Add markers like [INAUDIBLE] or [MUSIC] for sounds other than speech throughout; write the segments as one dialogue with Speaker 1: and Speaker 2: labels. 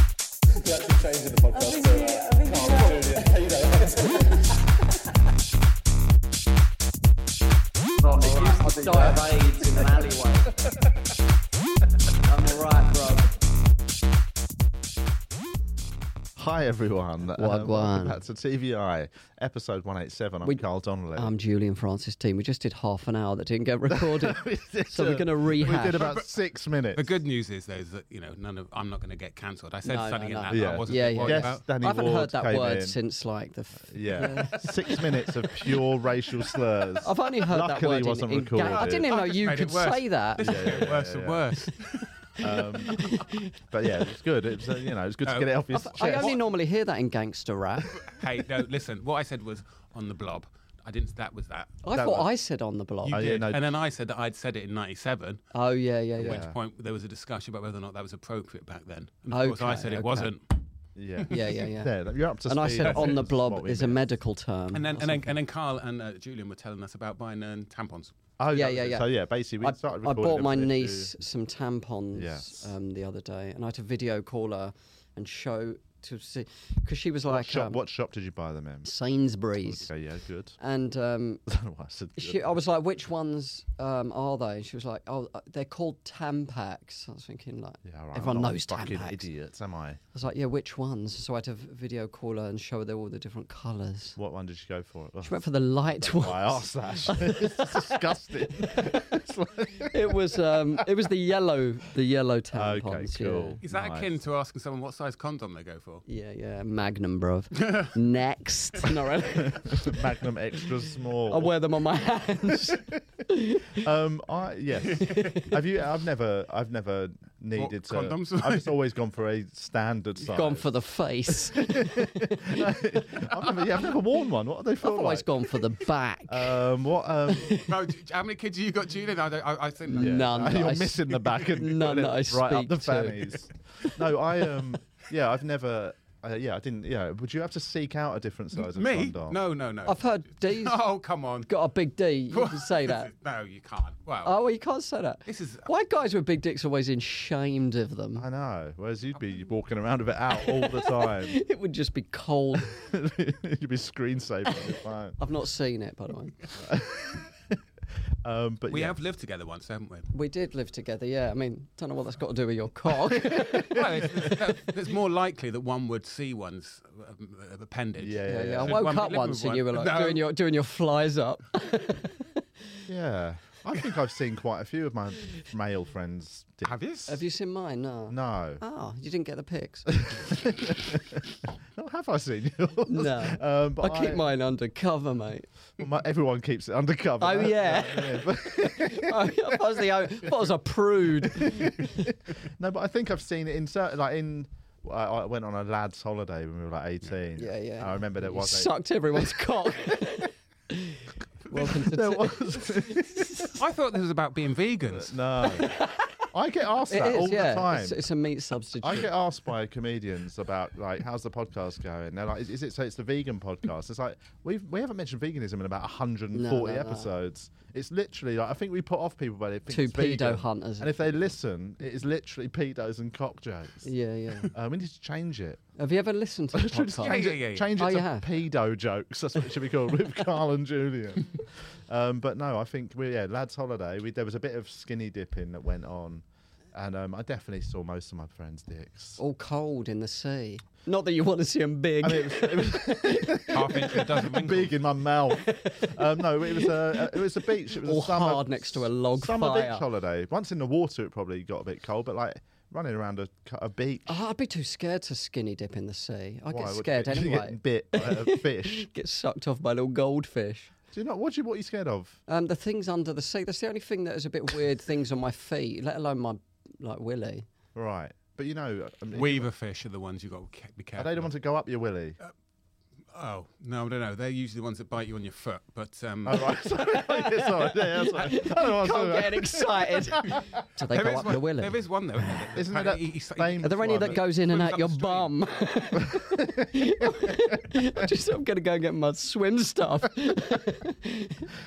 Speaker 1: be actually changing the podcast.
Speaker 2: think
Speaker 1: so,
Speaker 2: we-
Speaker 1: uh,
Speaker 2: I think
Speaker 1: no,
Speaker 2: we
Speaker 1: I'm probably, yeah, you know, it's-
Speaker 3: Bro, it used to die of AIDS in an alleyway. I'm alright, bro.
Speaker 4: Hi everyone. Uh,
Speaker 5: Wagwan.
Speaker 4: welcome back to TVI, episode 187. I'm
Speaker 5: We- um,
Speaker 4: Carl Donnelly.
Speaker 5: I'm Julian Francis' team. We just did half an hour that didn't get recorded.
Speaker 4: [LAUGHS] We did
Speaker 5: so we're
Speaker 4: a-
Speaker 5: going to
Speaker 4: We
Speaker 5: rehash.
Speaker 4: did about six minutes.
Speaker 6: The good news is, though, is that you know none of I'm not going to get cancelled. I said
Speaker 5: No, no,
Speaker 6: something
Speaker 5: no.
Speaker 6: in that that
Speaker 4: Yeah.
Speaker 6: I wasn't
Speaker 5: yeah,
Speaker 6: worried
Speaker 5: yeah.
Speaker 4: Yes,
Speaker 6: about.
Speaker 4: [LAUGHS] Danny
Speaker 5: I haven't
Speaker 4: Ward
Speaker 5: heard that
Speaker 4: came
Speaker 5: word
Speaker 4: in.
Speaker 5: since like the. F-
Speaker 4: Yeah, [LAUGHS] six minutes of pure racial slurs.
Speaker 5: I've only heard that
Speaker 4: Luckily
Speaker 5: word in-
Speaker 4: wasn't
Speaker 5: in, Ga- I
Speaker 4: recorded.
Speaker 5: didn't even know
Speaker 6: I've just
Speaker 5: you
Speaker 6: made
Speaker 5: could
Speaker 6: it worse.
Speaker 5: say that.
Speaker 6: This is
Speaker 4: Yeah,
Speaker 6: getting
Speaker 4: yeah,
Speaker 6: worse
Speaker 4: yeah,
Speaker 6: and
Speaker 4: yeah.
Speaker 6: worse.
Speaker 4: Um, but yeah, it's good. It's uh, you know, it's good to
Speaker 6: Uh,
Speaker 4: get it off your chest.
Speaker 5: [LAUGHS] I only normally hear that in gangster
Speaker 4: [LAUGHS]
Speaker 5: rap.
Speaker 6: hey, no, listen. What I said was on the blob. I didn't. That was that.
Speaker 5: I
Speaker 4: That
Speaker 5: thought
Speaker 4: was-
Speaker 5: I said on the blog.
Speaker 6: You
Speaker 4: Oh, yeah,
Speaker 6: did.
Speaker 4: no.
Speaker 6: And then I said that I'd said it in '97.
Speaker 5: oh yeah, yeah, yeah.
Speaker 6: At which point there was a discussion about whether or not that was appropriate back then. And of course, I
Speaker 5: Okay,
Speaker 6: said it
Speaker 5: okay.
Speaker 6: wasn't.
Speaker 4: yeah,
Speaker 5: Yeah, yeah, yeah.
Speaker 4: There, you're up to
Speaker 5: and I
Speaker 4: speed.
Speaker 5: said
Speaker 4: That's
Speaker 5: on the
Speaker 4: what
Speaker 5: blob
Speaker 4: we
Speaker 5: is a
Speaker 4: meant.
Speaker 5: medical term.
Speaker 6: And then, and then,
Speaker 5: or something.
Speaker 6: and then, Carl and uh, Julian were telling us about buying uh, tampons.
Speaker 4: Oh that
Speaker 5: Yeah,
Speaker 4: was
Speaker 5: yeah,
Speaker 4: it.
Speaker 5: yeah.
Speaker 4: So yeah, basically, we started.
Speaker 5: I, I
Speaker 4: recording
Speaker 5: bought
Speaker 4: it
Speaker 5: my
Speaker 4: for the
Speaker 5: niece some tampons
Speaker 4: Yes.
Speaker 5: um, the other day, and I had to video call her and show to see because she was
Speaker 4: issue.
Speaker 5: like
Speaker 4: What shop,
Speaker 5: um,
Speaker 4: what shop did you buy them in?
Speaker 5: Sainsbury's,
Speaker 4: Okay, yeah, good.
Speaker 5: and um,
Speaker 4: [LAUGHS] I don't know why I said
Speaker 5: she,
Speaker 4: good.
Speaker 5: I was like, "Which ones um, are they?" And she was like, "Oh, uh, they're called Tampax." I was thinking like,
Speaker 4: Yeah, all right, I'm
Speaker 5: everyone
Speaker 4: not a
Speaker 5: knows
Speaker 4: fucking
Speaker 5: Tampax.
Speaker 4: idiots, am I?
Speaker 5: I was like, "Yeah, which ones?" So I had to v- video call her and show her all the different colours.
Speaker 4: What one did you go for? Oh,
Speaker 5: She went for the light
Speaker 4: [LAUGHS]
Speaker 5: [LAUGHS] one.
Speaker 4: I asked
Speaker 5: [LAUGHS]
Speaker 4: that. it's disgusting. It's like-
Speaker 5: it was um, it was the yellow, the yellow tampons. yeah.
Speaker 4: cool.
Speaker 6: Is that
Speaker 4: Nice.
Speaker 6: akin to asking someone what size condom they go for?
Speaker 5: Yeah, yeah, Magnum,
Speaker 6: [LAUGHS]
Speaker 5: bruv. Next. Not really.
Speaker 4: [LAUGHS] Magnum extra
Speaker 5: I
Speaker 4: small.
Speaker 5: wear them on my
Speaker 6: [LAUGHS]
Speaker 5: hands.
Speaker 4: Um, I
Speaker 5: [LAUGHS]
Speaker 4: yes. Have you? I've never. I've never needed to.
Speaker 6: condoms?
Speaker 4: I've just always gone for a standard size.
Speaker 5: gone for
Speaker 6: [LAUGHS]
Speaker 5: the face.
Speaker 4: [LAUGHS] I've never. Yeah, I've never worn one. What do they
Speaker 5: I've
Speaker 4: feel
Speaker 5: always
Speaker 4: like?
Speaker 5: gone for the back.
Speaker 6: Uh,
Speaker 4: Um, what? Um,
Speaker 6: Bro, d- how many kids have you got, Julian? I, don't, I, I think
Speaker 5: Yeah. [LAUGHS] None that
Speaker 4: [LAUGHS] You're
Speaker 5: I s-
Speaker 4: missing the back
Speaker 5: [LAUGHS]
Speaker 4: and
Speaker 5: none that I
Speaker 4: right up
Speaker 5: speak
Speaker 4: the
Speaker 5: to. [LAUGHS]
Speaker 4: fannies. no, I um. Yeah, I've never. Uh, yeah, I didn't. Yeah, would you have to seek out a different size of
Speaker 6: Me?
Speaker 4: condom?
Speaker 6: No, no, no.
Speaker 5: I've heard D's
Speaker 6: [LAUGHS] Oh, come on.
Speaker 5: got a big D. You
Speaker 6: [LAUGHS]
Speaker 5: can say that.
Speaker 6: no, you can't. Wow.
Speaker 5: Oh, well, you can't say that.
Speaker 6: This is-
Speaker 5: why guys with big dicks are always in shamed of them.
Speaker 4: I know. Whereas you'd be walking around with it out all the time. [LAUGHS]
Speaker 5: It would just be cold.
Speaker 4: you'd be screensaver
Speaker 5: [LAUGHS]
Speaker 4: on your phone.
Speaker 5: I've not seen it, by the way.
Speaker 4: Um, but
Speaker 6: we
Speaker 4: yeah.
Speaker 6: have lived together once, haven't
Speaker 4: [LAUGHS]
Speaker 6: we?
Speaker 5: We did live together, yeah. I mean, don't know what that's got to do with your cock. [LAUGHS]
Speaker 6: well, it's, it's- it's more likely that one would see one's um, appendage.
Speaker 4: Yeah,
Speaker 5: yeah,
Speaker 4: yeah,
Speaker 5: yeah. I
Speaker 6: Should
Speaker 5: woke
Speaker 6: one be
Speaker 5: up
Speaker 6: living with
Speaker 5: once and
Speaker 6: one?
Speaker 5: you were like
Speaker 6: No.
Speaker 5: doing your doing your flies
Speaker 4: [LAUGHS]
Speaker 5: up.
Speaker 4: Yeah. I think I've seen quite a few of my male friends. dicks.
Speaker 6: Have you?
Speaker 5: Have you seen mine? No.
Speaker 4: No.
Speaker 5: Oh, you didn't get
Speaker 4: [LAUGHS]
Speaker 5: the pics. [LAUGHS]
Speaker 4: Not have I seen [LAUGHS] yours?
Speaker 5: No.
Speaker 4: Um, but
Speaker 5: I keep mine undercover, mate.
Speaker 4: well, my- Everyone keeps it undercover.
Speaker 5: Oh, yeah. [LAUGHS]
Speaker 4: but,
Speaker 5: Oh, I thought I was the only- I thought I was
Speaker 4: [LAUGHS]
Speaker 5: a prude.
Speaker 4: no, but I think I've seen it in certain. Like in, I, I went on a lads' holiday when we were like eighteen.
Speaker 5: Yeah, yeah.
Speaker 4: And I remember there
Speaker 5: You
Speaker 4: was. a- [LAUGHS]
Speaker 5: sucked everyone's cock. Welcome to
Speaker 4: There
Speaker 5: t-
Speaker 4: was.
Speaker 6: I thought this was about being vegans.
Speaker 4: [LAUGHS] no. I get asked
Speaker 5: It
Speaker 4: that
Speaker 5: is,
Speaker 4: all
Speaker 5: yeah.
Speaker 4: the time.
Speaker 5: It's, it's a meat substitute.
Speaker 4: I get asked by comedians about like how's the podcast going. They're like, is, is it so? It's the vegan podcast. It's like we've we haven't mentioned veganism in about 140
Speaker 5: No, no, no.
Speaker 4: episodes. It's literally like I think we put off people by they think
Speaker 5: Two
Speaker 4: it's vegan.
Speaker 5: pedo hunters.
Speaker 4: and if they listen, it is literally pedos and cock jokes.
Speaker 5: yeah, yeah.
Speaker 4: Um, we need to change
Speaker 5: [LAUGHS]
Speaker 4: it.
Speaker 5: Have you ever
Speaker 4: [LAUGHS]
Speaker 5: listened to the
Speaker 4: Should we just
Speaker 5: podcast?
Speaker 4: change
Speaker 6: Yeah,
Speaker 4: it,
Speaker 6: yeah, yeah.
Speaker 4: Change it
Speaker 5: Oh,
Speaker 4: to
Speaker 5: you have?
Speaker 4: pedo jokes. That's what it should be called
Speaker 5: [LAUGHS]
Speaker 4: with Carl and Julian. Um, but no, I think we yeah, lads' holiday. We, there was a bit of skinny dipping that went on, and um, I definitely saw most of my friends' dicks.
Speaker 5: All cold in the sea. Not that you want to see them
Speaker 4: [LAUGHS]
Speaker 5: big.
Speaker 4: I mean, it was, it
Speaker 5: [LAUGHS]
Speaker 4: was
Speaker 6: Half inch of a
Speaker 4: [LAUGHS]
Speaker 6: dozen wrinkles.
Speaker 4: big in my mouth. Um, no, it was a it was a beach. It was
Speaker 5: All
Speaker 4: a summer,
Speaker 5: hard next to a log
Speaker 4: summer
Speaker 5: fire.
Speaker 4: beach holiday. Once in the water, it probably got a bit cold, but like running around a, cu- a beach.
Speaker 5: Oh, I'd be too scared to skinny dip in the sea. I
Speaker 4: why
Speaker 5: get
Speaker 4: would
Speaker 5: scared
Speaker 4: you? [LAUGHS] You're
Speaker 5: anyway.
Speaker 4: Getting bit by a fish.
Speaker 5: Get sucked off by little goldfish.
Speaker 4: Do you know what? do You what are you scared of?
Speaker 5: Um, the things under the sea. That's the only thing that is a bit weird. things on my feet, let alone my like willy.
Speaker 4: Right, but you know, I mean,
Speaker 6: Weaver fish are the ones you got to be
Speaker 4: I
Speaker 6: careful.
Speaker 5: Uh,
Speaker 4: don't want to go up your willy.
Speaker 6: Oh no, I don't know. They're usually the ones that bite you on your foot. But um,
Speaker 4: Oh, [LAUGHS] right. sorry. [LAUGHS] Yeah, sorry.
Speaker 5: [LAUGHS]
Speaker 4: Yeah, sorry. I don't know what I was
Speaker 5: Can't
Speaker 4: talking
Speaker 5: get excited. so they
Speaker 6: there
Speaker 5: go
Speaker 6: is
Speaker 5: up
Speaker 6: one-
Speaker 5: the willow.
Speaker 6: There is one though. isn't there?
Speaker 4: [LAUGHS] Isn't there that
Speaker 6: He- he- he-
Speaker 4: famous
Speaker 5: Are there any
Speaker 4: one
Speaker 5: that goes in and
Speaker 6: swims
Speaker 5: out
Speaker 6: up
Speaker 5: your
Speaker 6: the
Speaker 5: bum? [LAUGHS] I'm just I'm gonna go and get my swim stuff. [LAUGHS] in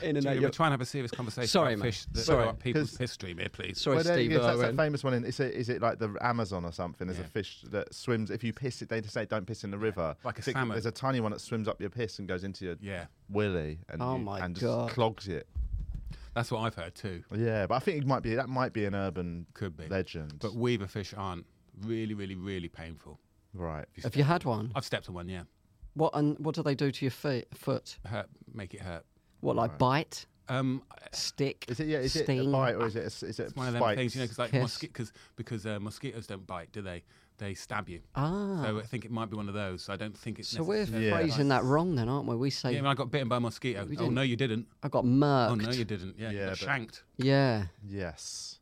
Speaker 5: and
Speaker 6: Julia,
Speaker 5: out
Speaker 6: we're
Speaker 5: your.
Speaker 6: trying to have a serious conversation
Speaker 5: Sorry,
Speaker 6: about
Speaker 5: mate.
Speaker 6: fish that
Speaker 5: Sorry.
Speaker 6: are people's
Speaker 4: 'Cause-
Speaker 6: history, here, please.
Speaker 5: Sorry,
Speaker 4: Well, there you
Speaker 5: Steve
Speaker 4: go. It's- That's
Speaker 5: Irwin.
Speaker 4: that famous one. In, is, it, is it like the Amazon or something? There's
Speaker 6: Yeah.
Speaker 4: a fish that swims. If you piss it, they just say don't piss in the river.
Speaker 6: like a
Speaker 4: Tick-
Speaker 6: salmon.
Speaker 4: There's a tiny one that swims up your piss and goes into your
Speaker 6: Yeah,
Speaker 4: willy and,
Speaker 5: Oh
Speaker 4: you-
Speaker 5: my
Speaker 4: and
Speaker 5: God.
Speaker 4: just clogs it.
Speaker 6: that's what I've heard too.
Speaker 4: Yeah, but I think it might be that might be an urban
Speaker 6: Could be.
Speaker 4: legend.
Speaker 6: But weaver fish aren't really, really, really painful.
Speaker 4: right.
Speaker 5: Have you had one?
Speaker 6: I've stepped on one. Yeah,
Speaker 5: What and what do they do to your feet, foot?
Speaker 6: hurt, make it hurt.
Speaker 5: What like bite,
Speaker 6: Um,
Speaker 5: stick,
Speaker 4: Is it yeah? Is
Speaker 5: sting?
Speaker 4: it a bite or is it a, s- is it
Speaker 6: it's one of them things, you know,
Speaker 4: spikes?
Speaker 6: cause like
Speaker 5: Kiss.
Speaker 6: mosqui- cause, because uh, mosquitoes don't bite, do they? They stab you.
Speaker 5: Ah,
Speaker 6: So I think it might be one of those. I don't think it's.
Speaker 5: so we're
Speaker 6: necessarily-
Speaker 4: Yeah.
Speaker 5: phrasing that wrong then, aren't we? We say
Speaker 6: Yeah, I, mean, I got bitten by a mosquito.
Speaker 5: We
Speaker 6: Oh
Speaker 5: didn't.
Speaker 6: no, you didn't.
Speaker 5: I got murked.
Speaker 6: Oh no, you didn't. Yeah, you
Speaker 4: Yeah,
Speaker 6: got
Speaker 4: but-
Speaker 6: shanked.
Speaker 5: yeah.
Speaker 4: yes.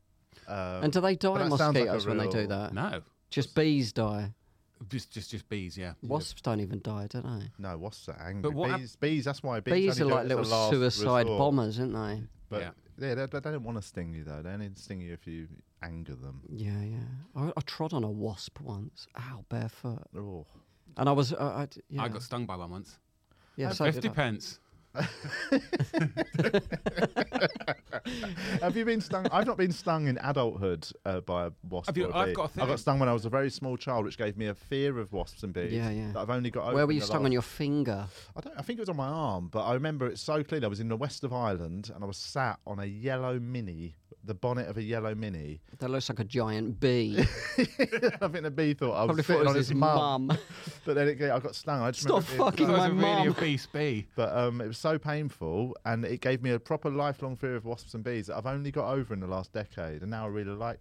Speaker 4: Um,
Speaker 5: And do they
Speaker 4: but
Speaker 5: die
Speaker 4: that sounds like a
Speaker 5: mosquitoes when they do
Speaker 4: real-
Speaker 5: that?
Speaker 6: No,
Speaker 5: Just bees die.
Speaker 6: just just just bees. Yeah.
Speaker 5: Wasps don't even die, do they?
Speaker 4: no, what's that? Angry
Speaker 6: But what hap-
Speaker 4: bees. bees. That's why bees.
Speaker 5: Bees are
Speaker 4: only do it
Speaker 5: like
Speaker 4: as a
Speaker 5: little
Speaker 4: last
Speaker 5: suicide
Speaker 4: resort.
Speaker 5: bombers, aren't they?
Speaker 4: But
Speaker 6: Yeah.
Speaker 4: yeah, they, they, they don't want to sting you though. They only sting you if you anger them.
Speaker 5: Yeah, yeah. I, I trod on a wasp once. Ow, barefoot.
Speaker 4: Oh.
Speaker 5: And I was, uh, I, d- yeah.
Speaker 6: I got stung by one once.
Speaker 5: yeah, so did
Speaker 6: Fifty
Speaker 5: I.
Speaker 6: pence.
Speaker 4: Have you been stung? I've not been stung in adulthood uh, by a wasp.
Speaker 6: Have you-
Speaker 4: or a
Speaker 6: I've
Speaker 4: bee.
Speaker 6: got a
Speaker 4: I
Speaker 6: theory.
Speaker 4: got stung when I was a very small child, which gave me a fear of wasps and bees.
Speaker 5: Yeah, yeah.
Speaker 4: That I've only got. over
Speaker 5: Where were
Speaker 4: in
Speaker 5: you
Speaker 4: the
Speaker 5: stung
Speaker 4: last-
Speaker 5: on your finger?
Speaker 4: I don't. I think it was on my arm, but I remember it so clearly. I was in the west of Ireland, and I was sat on a yellow mini, the bonnet of a yellow mini. [LAUGHS]
Speaker 5: That looks like a giant bee.
Speaker 4: I think the bee thought I was
Speaker 5: Probably thought
Speaker 4: sitting
Speaker 5: it was
Speaker 4: on
Speaker 5: his
Speaker 4: his mum.
Speaker 5: mum.
Speaker 4: But then it, I got stung. I just
Speaker 5: Stop
Speaker 4: remember it being-
Speaker 5: fucking
Speaker 6: That was
Speaker 5: my
Speaker 6: a really
Speaker 5: mum.
Speaker 6: obese bee.
Speaker 4: [LAUGHS] But um, it was so painful, and it gave me a proper lifelong fear of wasps and bees that I've only got over in the last decade, and now I really like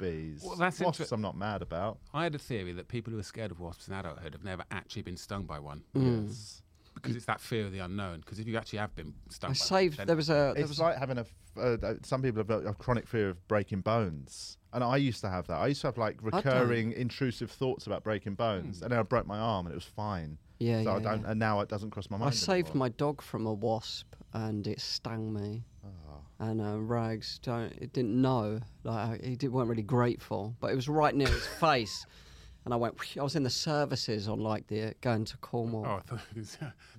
Speaker 4: bees.
Speaker 6: Well, that's
Speaker 4: wasps.
Speaker 6: inter-
Speaker 4: I'm not mad about.
Speaker 6: I had a theory that people who are scared of wasps in adulthood have never actually been stung by one
Speaker 5: Mm.
Speaker 4: Yes.
Speaker 6: because it's that fear of the unknown. Because if you actually have been stung,
Speaker 5: I
Speaker 6: by
Speaker 5: saved,
Speaker 6: One, then
Speaker 5: there was a, there
Speaker 4: It's
Speaker 5: was
Speaker 4: like having a. f- Uh, uh, some people have a, a chronic fear of breaking bones, and I used to have that. I used to have like
Speaker 5: don't. Hmm.
Speaker 4: recurring intrusive thoughts about breaking bones, and then I broke my arm, and it was fine.
Speaker 5: Yeah,
Speaker 4: So I
Speaker 5: yeah,
Speaker 4: don't,
Speaker 5: yeah.
Speaker 4: and now it doesn't cross my mind.
Speaker 5: I saved
Speaker 4: anymore.
Speaker 5: my dog from a wasp and it stung me.
Speaker 4: Ah.
Speaker 5: And uh, Rags don't it didn't know like uh, he did, weren't really grateful, but it was right near
Speaker 4: [LAUGHS]
Speaker 5: his face, and I went. I was in the services on like the going to Cornwall.
Speaker 6: [LAUGHS] Oh, I thought it was,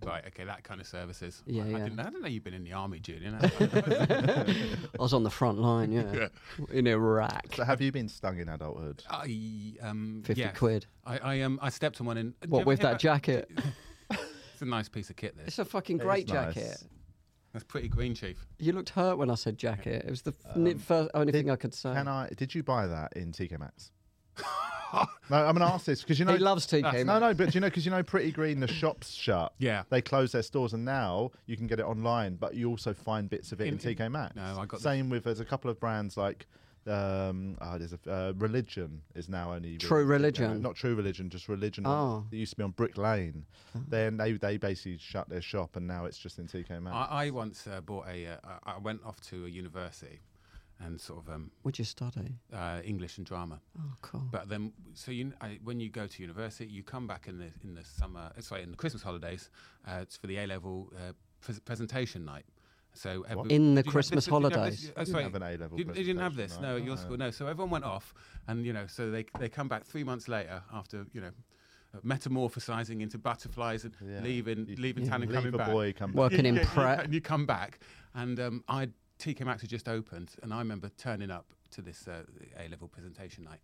Speaker 6: right. Okay, that kind of services.
Speaker 5: Yeah,
Speaker 6: I,
Speaker 5: yeah.
Speaker 6: I, didn't, I didn't know you've been in the army,
Speaker 5: [LAUGHS]
Speaker 6: Julian.
Speaker 5: I was on the front
Speaker 4: [LAUGHS]
Speaker 5: line, yeah, in Iraq.
Speaker 4: So have you been stung in adulthood?
Speaker 6: I, um,
Speaker 5: Fifty
Speaker 6: yes.
Speaker 5: quid.
Speaker 6: I, I, um, I stepped on one in. Do you
Speaker 5: What
Speaker 6: ever
Speaker 5: with
Speaker 6: hear
Speaker 5: that jacket?
Speaker 4: [LAUGHS]
Speaker 6: It's a nice piece of kit. This.
Speaker 5: It's a fucking great
Speaker 4: is nice.
Speaker 5: jacket.
Speaker 6: That's pretty green, chief.
Speaker 5: You looked hurt when I said jacket. It was the f- ni- first only thing I could say.
Speaker 4: Um, Can I? Did you buy that in TK Maxx? no, I'm an artist because you know
Speaker 5: he loves TK.
Speaker 4: No, no, but you know, because you know, Pretty Green, the shop's shut.
Speaker 6: Yeah.
Speaker 4: they closed their stores, and now you can get it online, but you also find bits of it in, TK Maxx.
Speaker 6: no, I got the-
Speaker 4: same with there's a couple of brands like. Um, oh, there's a uh, religion is now only
Speaker 5: True
Speaker 4: really-
Speaker 5: Religion.
Speaker 4: not true religion, just religion.
Speaker 5: Oh.
Speaker 4: It used to be on Brick Lane. Then they they basically shut their shop, and now it's just in TK Maxx.
Speaker 6: I, I once uh, bought a. Uh, I- I went off to a university, and sort of um,
Speaker 5: Would you study?
Speaker 6: uh, English and drama.
Speaker 5: Oh, cool.
Speaker 6: But then, so you, kn- I, when you go to university, you come back in the in the summer. uh, Sorry, in the Christmas holidays. Uh, it's for the A level uh, pres presentation night. So every-
Speaker 5: In the
Speaker 6: did you have
Speaker 5: Christmas
Speaker 6: did you have
Speaker 5: holidays?
Speaker 6: uh,
Speaker 4: Didn't
Speaker 6: sorry,
Speaker 4: have an A-level
Speaker 6: You, you didn't have this.
Speaker 4: presentation
Speaker 6: No,
Speaker 4: night.
Speaker 6: at your school. No. So everyone went off, and you know, so they they come back three months later after you know. uh, Metamorphosizing into butterflies and
Speaker 4: Yeah.
Speaker 6: leaving,
Speaker 4: You-
Speaker 6: leaving town and
Speaker 4: Leave
Speaker 6: coming
Speaker 4: a
Speaker 6: back.
Speaker 4: boy, come back.
Speaker 5: Working in
Speaker 6: Yeah, yeah,
Speaker 5: prep.
Speaker 6: And you come back, and um, I TK Maxx had just opened, and I remember turning up to this uh, A level presentation night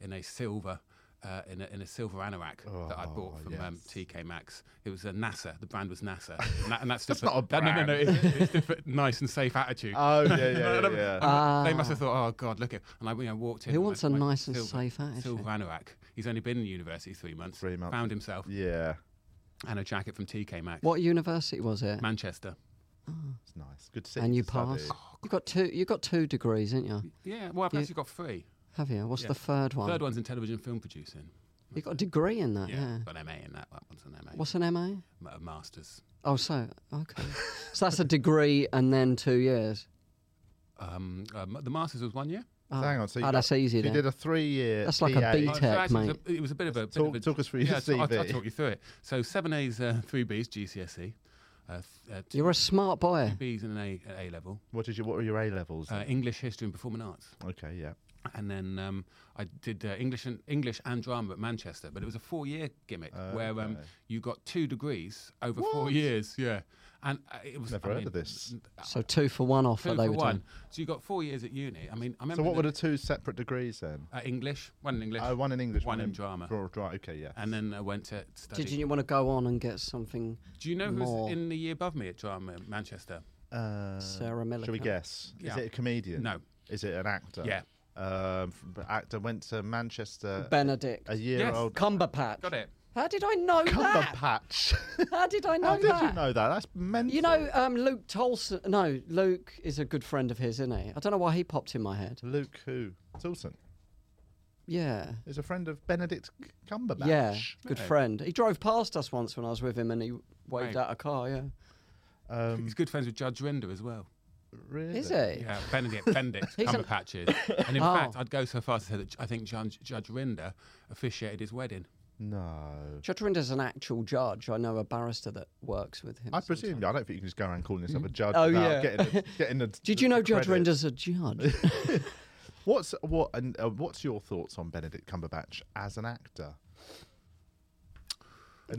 Speaker 6: in a silver. Uh, in, a, in a silver anorak that I bought
Speaker 4: Oh,
Speaker 6: from um, TK Maxx. It was a NASA. The brand was NASA, and, that, and
Speaker 4: [LAUGHS]
Speaker 6: that's,
Speaker 4: not a
Speaker 6: that, no, no, no. It's, it's just for nice and safe attitude. [LAUGHS]
Speaker 4: Oh yeah, yeah, yeah. yeah.
Speaker 6: they must have thought, oh God, look at. And I, you know, walked in.
Speaker 5: Ah. Who
Speaker 6: with
Speaker 5: wants a
Speaker 6: my
Speaker 5: nice and
Speaker 6: silver-
Speaker 5: safe attitude?
Speaker 6: Silver anorak. He's only been in university three months.
Speaker 4: Three months.
Speaker 6: Found himself
Speaker 4: yeah,
Speaker 6: and a jacket from TK Maxx.
Speaker 5: What university was it?
Speaker 6: Manchester.
Speaker 4: it's nice. Good city.
Speaker 5: and you
Speaker 4: to study.
Speaker 5: pass. You got two. You got two degrees, didn't you?
Speaker 6: Yeah. Well, I've actually got three.
Speaker 5: Have you? What's
Speaker 6: Yeah.
Speaker 5: the third one?
Speaker 6: Third one's in television film producing.
Speaker 5: You got a degree in that, yeah.
Speaker 6: Yeah, got an MA in that. That one's an MA.
Speaker 5: What's an MA?
Speaker 6: M- a master's?
Speaker 5: Oh, so okay. so that's a degree and then two years.
Speaker 6: Um, um, the master's was one year.
Speaker 4: Hang on. So you,
Speaker 5: Oh,
Speaker 4: got-
Speaker 5: that's easy
Speaker 4: you
Speaker 5: then.
Speaker 4: did a three-year.
Speaker 5: That's like a
Speaker 4: BA.
Speaker 5: B
Speaker 6: Oh, so actually
Speaker 5: Tech,
Speaker 6: it was a-
Speaker 5: mate.
Speaker 6: It was a bit of a. Bit
Speaker 4: Talk-
Speaker 6: of a
Speaker 4: talk us through your
Speaker 6: yeah, so I'll, I'll
Speaker 4: CV.
Speaker 6: talk you through it. So seven A's, uh, three B's, GCSE, uh, th- uh, two
Speaker 5: You're a smart boy.
Speaker 6: B's and an A, A level,
Speaker 4: What did you? What were your A levels?
Speaker 6: uh, English, history, and performing arts.
Speaker 4: okay, yeah.
Speaker 6: and then um, I did uh, English and English and drama at Manchester, but it was a four-year gimmick where um, you got two degrees over four years. Yeah, and uh, it was
Speaker 4: Never
Speaker 6: I
Speaker 4: heard
Speaker 6: mean,
Speaker 4: of this.
Speaker 5: So two for one offer
Speaker 6: Two
Speaker 5: they
Speaker 6: for
Speaker 5: were
Speaker 6: one.
Speaker 5: doing.
Speaker 6: So you got four years at uni. I mean, I remember
Speaker 4: So what were
Speaker 6: the-
Speaker 4: the two separate degrees then?
Speaker 6: uh, English, one in English,
Speaker 4: Uh, one in English,
Speaker 6: One in drama.
Speaker 4: dra- dra- Okay, yeah.
Speaker 6: and then I went to study.
Speaker 5: Did you want to go on and get something?
Speaker 6: Do you know who
Speaker 5: more?
Speaker 6: was in the year above me at drama at Manchester?
Speaker 4: Uh,
Speaker 5: Sarah
Speaker 4: Should we
Speaker 5: Millican.
Speaker 4: guess?
Speaker 6: Yeah.
Speaker 4: Is it a comedian?
Speaker 6: No.
Speaker 4: Is it an actor?
Speaker 6: Yeah.
Speaker 4: Um, f- but actor went to Manchester.
Speaker 5: Benedict.
Speaker 4: a year
Speaker 6: Yes.
Speaker 4: old.
Speaker 5: Cumberpatch.
Speaker 6: Got it.
Speaker 5: How did I know that?
Speaker 4: Patch. [LAUGHS]
Speaker 5: How did I know
Speaker 4: How did
Speaker 5: that?
Speaker 4: you know that? That's mental.
Speaker 5: You know, um, Luke Tolson. No, Luke is a good friend of his, isn't he? I don't know why he popped in my head.
Speaker 4: Luke who? Tilson
Speaker 5: Yeah.
Speaker 4: is a friend of Benedict C- Cumberbatch.
Speaker 5: Yeah, good
Speaker 6: Mate.
Speaker 5: friend. He drove past us once when I was with him, and he waved
Speaker 6: Mate.
Speaker 5: out a car. Yeah,
Speaker 4: Um,
Speaker 6: He's good friends with Judge Rinder as well.
Speaker 4: really?
Speaker 5: is he?
Speaker 6: Yeah, Benedict,
Speaker 5: [LAUGHS]
Speaker 6: Benedict,
Speaker 5: He's an-
Speaker 6: Cumberbatch is.
Speaker 5: [LAUGHS]
Speaker 6: And in
Speaker 5: Oh.
Speaker 6: fact, I'd go so far as to say that J- I think Judge, Judge Rinder officiated his wedding.
Speaker 4: No.
Speaker 5: Judge Rinder's an actual judge. I know a barrister that works with him.
Speaker 4: I
Speaker 5: sometimes.
Speaker 4: presume. I don't think you can just go around calling yourself a judge.
Speaker 5: Oh,
Speaker 4: without
Speaker 5: yeah.
Speaker 4: Getting the, getting the,
Speaker 5: [LAUGHS] Did you
Speaker 4: the
Speaker 5: know Judge
Speaker 4: credit.
Speaker 5: Rinder's a
Speaker 4: [LAUGHS]
Speaker 5: judge?
Speaker 4: What's what? And uh, what's your thoughts on Benedict Cumberbatch as an actor?
Speaker 5: it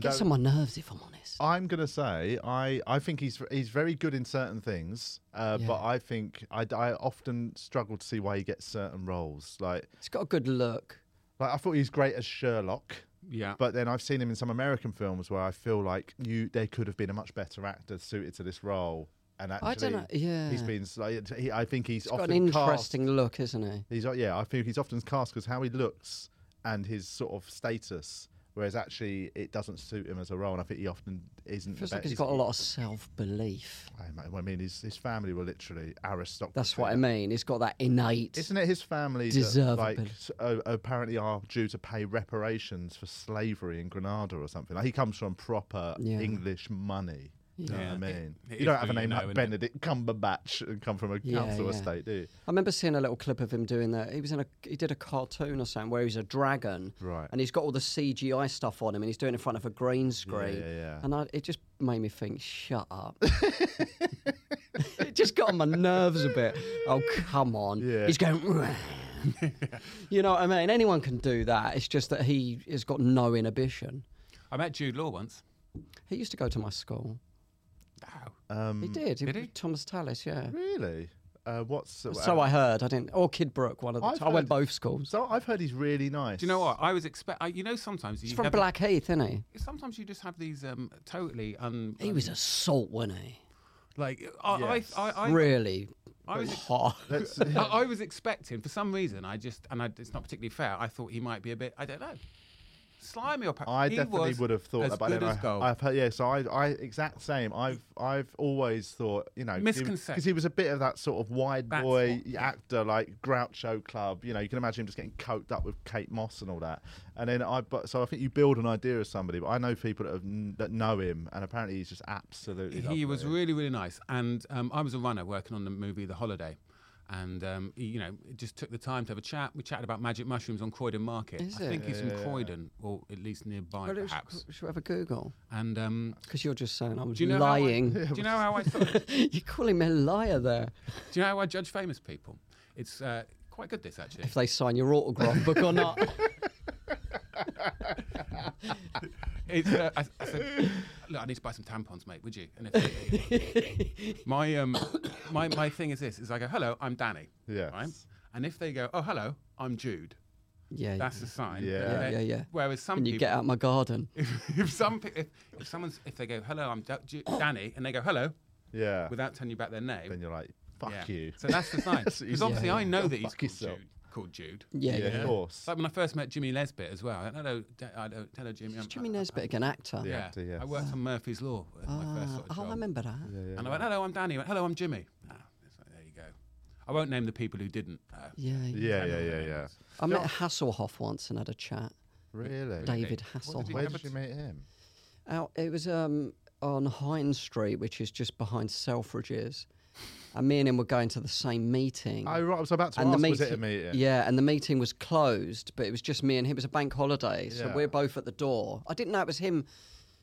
Speaker 4: don't-
Speaker 5: gets on my nerves, if I'm honest.
Speaker 4: I'm gonna say I, I think he's he's very good in certain things, uh, but
Speaker 5: Yeah.
Speaker 4: I think I, I often struggle to see why he gets certain roles. Like
Speaker 5: It's got a good look.
Speaker 4: like I thought he's great as Sherlock,
Speaker 6: Yeah.
Speaker 4: but then I've seen him in some American films where I feel like you there could have been a much better actor suited to this role, and actually
Speaker 5: I don't know, yeah.
Speaker 4: he's been like he, I think he's,
Speaker 5: It's got
Speaker 4: often
Speaker 5: an
Speaker 4: cast,
Speaker 5: interesting look, isn't he?
Speaker 4: He's uh, yeah, I think he's often cast because how he looks and his sort of status. Whereas actually, it doesn't suit him as a role, and I think he often isn't. the
Speaker 5: Feels
Speaker 4: best-
Speaker 5: like he's got a lot of self belief.
Speaker 4: I ma- I mean, his, his family were literally aristocracy.
Speaker 5: That's what I mean. He's got that innate.
Speaker 4: Isn't it his family that,
Speaker 5: Deserve a
Speaker 4: like,
Speaker 5: bit.
Speaker 4: s- uh, apparently are due to pay reparations for slavery in Grenada or something? Like he comes from proper
Speaker 5: Yeah.
Speaker 4: English money. Do you know what I
Speaker 6: Yeah. It-
Speaker 4: mean?
Speaker 6: it
Speaker 4: you
Speaker 6: is
Speaker 4: don't have
Speaker 6: who
Speaker 4: a
Speaker 6: you
Speaker 4: name
Speaker 6: know,
Speaker 4: like
Speaker 6: isn't it?
Speaker 4: Benedict Cumberbatch and come from a
Speaker 5: Yeah,
Speaker 4: council
Speaker 5: yeah.
Speaker 4: estate, do you?
Speaker 5: I remember seeing a little clip of him doing that. He was in a he did a cartoon or something where he's a dragon,
Speaker 4: Right.
Speaker 5: And he's got all the CGI stuff on him, and he's doing it in front of a green screen.
Speaker 4: yeah, yeah.
Speaker 5: And I, it just made me think, shut up. [LAUGHS] it just got on my nerves a bit. Oh come on,
Speaker 4: Yeah.
Speaker 5: he's going. [LAUGHS] you know what I mean? Anyone can do that. It's just that he has got no inhibition.
Speaker 6: I met Jude Law once.
Speaker 5: He used to go to my school. he did.
Speaker 6: did he?
Speaker 5: Thomas Tallis, yeah.
Speaker 4: Um, Really? Uh, what's
Speaker 5: So I heard. I didn't. Or Kidbrook, one of the.
Speaker 4: I've
Speaker 5: I went
Speaker 4: heard-
Speaker 5: both schools.
Speaker 4: So I've heard he's really nice.
Speaker 6: Do you know what? I was expect. I- You know, sometimes you
Speaker 5: He's from
Speaker 6: have-
Speaker 5: Blackheath, isn't he?
Speaker 6: Sometimes you just have these um, totally un.
Speaker 5: He was a salt, wasn't he?
Speaker 6: like I,
Speaker 4: Yes.
Speaker 6: I, I, I,
Speaker 5: really
Speaker 6: I was- [LAUGHS]
Speaker 5: hot.
Speaker 4: Let's-
Speaker 6: I, I was expecting for some reason. I just and I, it's not particularly fair. I thought he might be a bit. I don't know. Slimy or perhaps
Speaker 4: I
Speaker 6: he
Speaker 4: definitely
Speaker 6: was
Speaker 4: would have thought
Speaker 6: as
Speaker 4: about
Speaker 6: good
Speaker 4: it.
Speaker 6: as gold.
Speaker 4: I, have heard, yeah, so I, I exact same. I've, I've always thought, you know,
Speaker 6: Misconception.
Speaker 4: because he was a bit of that sort of wide
Speaker 6: That's
Speaker 4: boy
Speaker 6: what-
Speaker 4: actor, like Groucho Club. You know, you can imagine him just getting coked up with Kate Moss and all that. And then I, but so I think you build an idea of somebody. But I know people that have, kn- that know him, and apparently he's just absolutely.
Speaker 6: he was
Speaker 4: lovely.
Speaker 6: really really nice and um, i was a runner working on the movie the holiday and um, he, you know just took the time to have a chat we chatted about magic mushrooms on croydon market
Speaker 5: Is
Speaker 6: i
Speaker 5: it?
Speaker 6: think he's from croydon or at least nearby
Speaker 5: Well, it was-
Speaker 6: perhaps
Speaker 5: should we have a Google?
Speaker 6: and um,
Speaker 5: Because you're just saying I was
Speaker 6: do you know
Speaker 5: lying. [LAUGHS]
Speaker 6: how [LAUGHS] I, do you know how i sort of-
Speaker 5: you're calling me a liar there.
Speaker 6: do you know how i judge famous people it's uh, quite good this actually
Speaker 5: If they sign your autograph book
Speaker 6: [LAUGHS]
Speaker 5: or not. [LAUGHS]
Speaker 6: It's, uh, I, I said, look, I need to buy some tampons, mate. Would you? And if my um, my my thing is this: is I go, hello, I'm Danny.
Speaker 4: Yes.
Speaker 6: And if they go, oh, hello, I'm Jude.
Speaker 5: yeah.
Speaker 6: That's a sign.
Speaker 4: Yeah.
Speaker 6: that
Speaker 5: Yeah,
Speaker 6: they're-
Speaker 5: yeah, yeah.
Speaker 6: Whereas some
Speaker 5: and you
Speaker 6: people,
Speaker 5: get out my garden.
Speaker 6: [LAUGHS] if, if some pe- if, if someone's if they go, hello, I'm Da- Ju- Danny, and they go, hello,
Speaker 4: Yeah.
Speaker 6: without telling you about their name,
Speaker 4: then you're like, fuck
Speaker 6: yeah.
Speaker 4: you.
Speaker 6: So that's the sign.
Speaker 4: [LAUGHS] That's what you
Speaker 6: Because
Speaker 4: say.
Speaker 6: obviously, I know that he's
Speaker 4: Fuck
Speaker 6: called
Speaker 4: yourself.
Speaker 6: Jude, called Jude.
Speaker 5: Yeah,
Speaker 4: Yeah,
Speaker 5: yeah.
Speaker 4: of course.
Speaker 6: It's like when I first met Jimmy Nesbitt as well. I don't know, da- I don't, hello, Jimmy. I'm,
Speaker 5: Jimmy
Speaker 6: I-
Speaker 5: Nesbitt, an actor.
Speaker 4: Yeah.
Speaker 6: Yeah,
Speaker 4: actor, yes.
Speaker 6: I worked on Murphy's Law. as my first
Speaker 5: Ah,
Speaker 6: sort of
Speaker 5: oh,
Speaker 6: job.
Speaker 5: I remember that.
Speaker 6: And I went, hello, I'm Danny. He went, hello, I'm Jimmy. Ah, it's like, there you go. I won't name the people who didn't. Uh,
Speaker 5: Yeah. yeah.
Speaker 4: yeah, yeah, yeah, yeah.
Speaker 5: I met Hasselhoff once and had a chat.
Speaker 4: Really?
Speaker 5: David
Speaker 6: did he
Speaker 5: Hasselhoff.
Speaker 4: Where
Speaker 6: have a
Speaker 4: did you
Speaker 6: t-
Speaker 4: meet him?
Speaker 5: Out, it was um, on Hines Street, which is just behind Selfridges. and me and him were going to the same meeting.
Speaker 4: I, Oh, right, I was about to
Speaker 5: Mm. and
Speaker 4: ask,
Speaker 5: the
Speaker 4: was
Speaker 5: meeting,
Speaker 4: it a meeting?
Speaker 5: yeah, and the meeting was closed, but it was just me and him. It was a bank holiday, so
Speaker 4: Yeah.
Speaker 5: we're both at the door. I didn't know it was him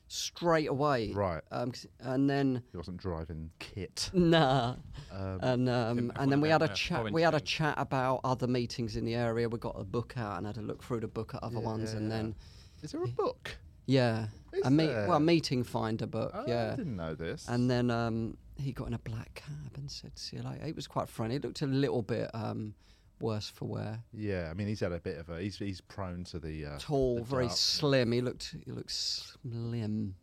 Speaker 5: straight away,
Speaker 4: Right.
Speaker 5: Um, 'cause- and then
Speaker 4: He wasn't driving kit.
Speaker 5: nah, and um,
Speaker 6: Didn't
Speaker 5: and then we
Speaker 6: follow
Speaker 5: had a
Speaker 6: that, uh,
Speaker 5: chat.
Speaker 6: orange
Speaker 5: We had a
Speaker 6: thing.
Speaker 5: chat about other meetings in the area. We got a book out and had a look through the book at other ones, and then
Speaker 4: Is there a book?
Speaker 5: yeah,
Speaker 4: Is
Speaker 5: a meet
Speaker 4: there?
Speaker 5: well a meeting finder book,
Speaker 4: Oh,
Speaker 5: yeah.
Speaker 4: I didn't know this.
Speaker 5: And then um, he got in a black cab and said, "See you later." It was quite funny. It looked a little bit um, worse for wear.
Speaker 4: yeah, I mean, he's had a bit of a. He's he's prone to the uh,
Speaker 5: Tall,
Speaker 4: the
Speaker 5: very
Speaker 4: dark-
Speaker 5: slim. He looked. He
Speaker 4: [LAUGHS]
Speaker 5: looked slim.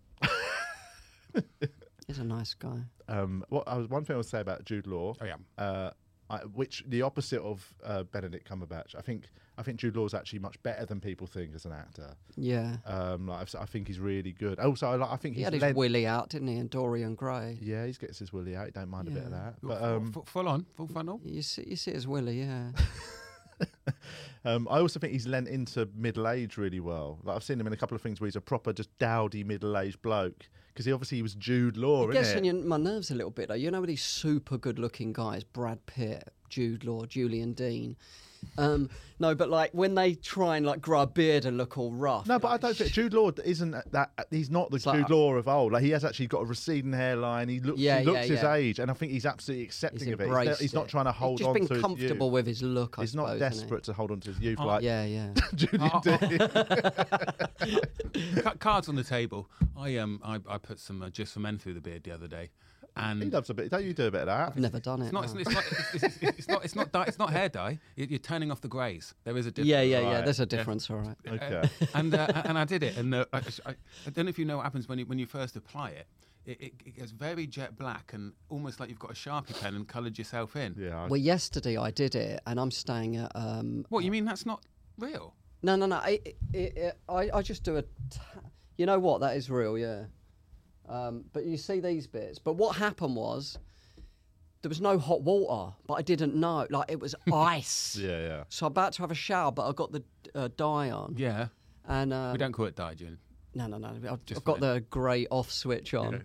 Speaker 5: He's a nice guy.
Speaker 4: Um, what I was one thing I would say about Jude Law.
Speaker 6: Oh, yeah.
Speaker 4: Uh, I, which the opposite of uh, Benedict Cumberbatch. I think I think Jude Law's actually much better than people think as an actor.
Speaker 5: Yeah.
Speaker 4: Um, like I've, s- I think he's really good. Also, I, like, I think
Speaker 5: He
Speaker 4: he's
Speaker 5: had his
Speaker 4: lent-
Speaker 5: willy out, didn't he? And Dorian Gray.
Speaker 4: Yeah, he gets his willy out. He don't mind a bit of that.
Speaker 6: But,
Speaker 4: But um,
Speaker 6: full, full on, full
Speaker 4: [LAUGHS]
Speaker 6: funnel.
Speaker 5: You see, you see his willy, yeah.
Speaker 4: um, I also think he's lent into middle age really well. Like I've seen him in a couple of things where he's a proper just dowdy middle aged bloke because he obviously he was Jude Law.
Speaker 5: it gets
Speaker 4: innit?
Speaker 5: on your, my nerves a little bit though. You know these super good-looking guys: Brad Pitt, Jude Law, Julian Dean. Um, no, but like when they try and like grow a beard and look all rough.
Speaker 4: No,
Speaker 5: you're
Speaker 4: but I
Speaker 5: like,
Speaker 4: don't think Jude Law isn't that. He's not the
Speaker 5: like-
Speaker 4: Jude Law of old. Like he has actually got a receding hairline. He looks,
Speaker 5: Yeah,
Speaker 4: he looks
Speaker 5: yeah,
Speaker 4: his
Speaker 5: yeah.
Speaker 4: age, and I think he's absolutely accepting
Speaker 5: He's
Speaker 4: of it. He's, not-
Speaker 5: embraced
Speaker 4: he's not
Speaker 5: it.
Speaker 4: trying to hold
Speaker 5: he's just
Speaker 4: on
Speaker 5: been
Speaker 4: to his
Speaker 5: comfortable
Speaker 4: youth.
Speaker 5: with his look. I
Speaker 4: He's not
Speaker 5: suppose, isn't he? Oh,
Speaker 4: desperate to hold on to his youth [LAUGHS] like
Speaker 5: Yeah, Oh. yeah.
Speaker 4: Julian did.
Speaker 6: [LAUGHS] Ca- Cards on the table. I um, I, I put some uh, just for men through the beard the other day, and
Speaker 4: He loves a bit. Don't you do a bit of that?
Speaker 5: I've never done it.
Speaker 6: It's not. It's,
Speaker 5: no.
Speaker 6: it's not. It's, it's, it's not. It's not. Dye, it's not hair dye. You- You're turning off the greys. There is a difference.
Speaker 5: yeah, yeah, yeah.
Speaker 4: Right.
Speaker 5: There's a difference, all right.
Speaker 4: Okay.
Speaker 6: [LAUGHS] and uh, and I did it. And uh, I, I, I don't know if you know what happens when you when you first apply it. It, it, it goes very jet black and almost like you've got a sharpie pen and coloured yourself in.
Speaker 4: Yeah.
Speaker 5: Well, yesterday I did it, and I'm staying at. Um,
Speaker 6: What you mean? That's not real.
Speaker 5: no, no, no. I, I, I, I just do a. Ta- you know what? That is real, yeah. Um, but you see these bits. But what happened was, there was no hot water, but I didn't know. Like
Speaker 4: [LAUGHS]
Speaker 5: it was ice.
Speaker 4: yeah, yeah.
Speaker 5: So I'm about to have a shower, but I got the uh, dye on,
Speaker 6: Yeah.
Speaker 5: and um,
Speaker 6: We don't call it dye, Julian.
Speaker 5: No, no, no. I've, I've
Speaker 6: for
Speaker 5: got the grey off switch on.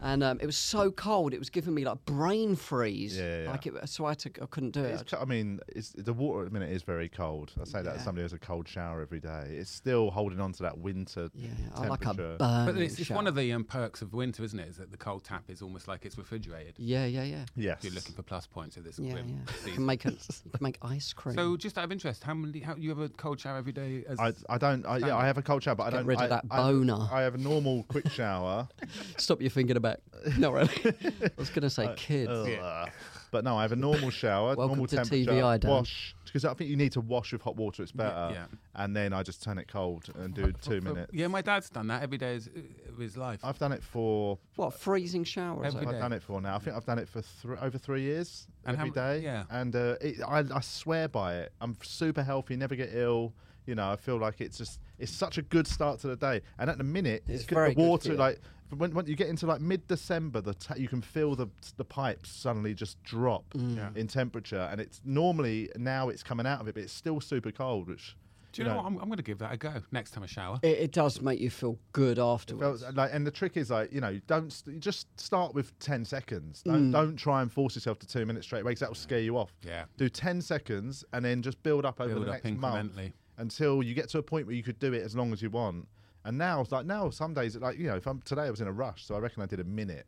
Speaker 5: And um, it was so cold, it was giving me like brain freeze.
Speaker 4: Yeah, yeah, yeah.
Speaker 5: Like it, so I, took, I couldn't do
Speaker 4: It's,
Speaker 5: it.
Speaker 4: co- I mean, it's, the water at the minute is very cold. I say that as somebody who has a cold shower every day. It's still holding on to that winter
Speaker 5: Yeah, I like
Speaker 4: temperature.
Speaker 5: a burn.
Speaker 6: But it's, it's one of the um, perks of winter, isn't it? Is that the cold tap is almost like it's refrigerated.
Speaker 5: Yeah, yeah, yeah.
Speaker 4: yes.
Speaker 6: You're looking for plus points at this.
Speaker 5: Yeah,
Speaker 6: grim
Speaker 5: yeah. You
Speaker 6: season.
Speaker 5: can make,
Speaker 4: [LAUGHS]
Speaker 5: a, you can make ice cream.
Speaker 6: So, just out of interest, how many? How you have a cold shower every day? As
Speaker 4: I, I don't. I, yeah, I have a cold shower, but I
Speaker 5: Get
Speaker 4: don't.
Speaker 5: rid of
Speaker 4: I,
Speaker 5: that
Speaker 4: I-
Speaker 5: boner.
Speaker 4: I have a normal quick
Speaker 5: [LAUGHS]
Speaker 4: shower.
Speaker 5: Stop you thinking about. No, really.
Speaker 4: [LAUGHS]
Speaker 5: I was going to say
Speaker 4: Uh,
Speaker 5: kids.
Speaker 4: Ugh. But no, I have a normal shower,
Speaker 5: Welcome
Speaker 4: normal
Speaker 5: to
Speaker 4: temperature,
Speaker 5: TVI, Dan.
Speaker 4: wash because I think you need to wash with hot water. It's better,
Speaker 6: yeah.
Speaker 4: and then I just turn it cold and do two
Speaker 6: for-
Speaker 4: minutes.
Speaker 6: Yeah, my dad's done that every day of his life.
Speaker 4: I've done it for
Speaker 5: What, freezing showers?
Speaker 6: Every
Speaker 4: I've
Speaker 6: day.
Speaker 4: done it for now. I think I've done it for thr over three years
Speaker 6: And
Speaker 4: every
Speaker 6: how m-
Speaker 4: day.
Speaker 6: yeah.
Speaker 4: and uh, it, I, I swear by it. I'm super healthy, never get ill. You know, I feel like it's just it's such a good start to the day. And at the minute,
Speaker 5: It's
Speaker 4: good-
Speaker 5: very
Speaker 4: the
Speaker 5: good for
Speaker 4: water
Speaker 5: you.
Speaker 4: like when, when you get into like mid December, the ta- you can feel the the pipes suddenly just drop in temperature, and it's normally now it's coming out of it, but it's still super cold, which.
Speaker 6: Do you know what? I'm, I'm going to give that a go next time I shower.
Speaker 5: It, it does make you feel good afterwards.
Speaker 4: Well, like, and the trick is like you know, don't st- you just start with ten seconds. Don't, don't try and force yourself to two minutes straight away because that will scare you off.
Speaker 6: Yeah.
Speaker 4: do ten seconds and then just build up over
Speaker 6: Build
Speaker 4: the
Speaker 6: up
Speaker 4: next month
Speaker 6: incrementally.
Speaker 4: until you get to a point where you could do it as long as you want. And now it's like now some days like you know if I'm today I was in a rush, so I reckon I did a minute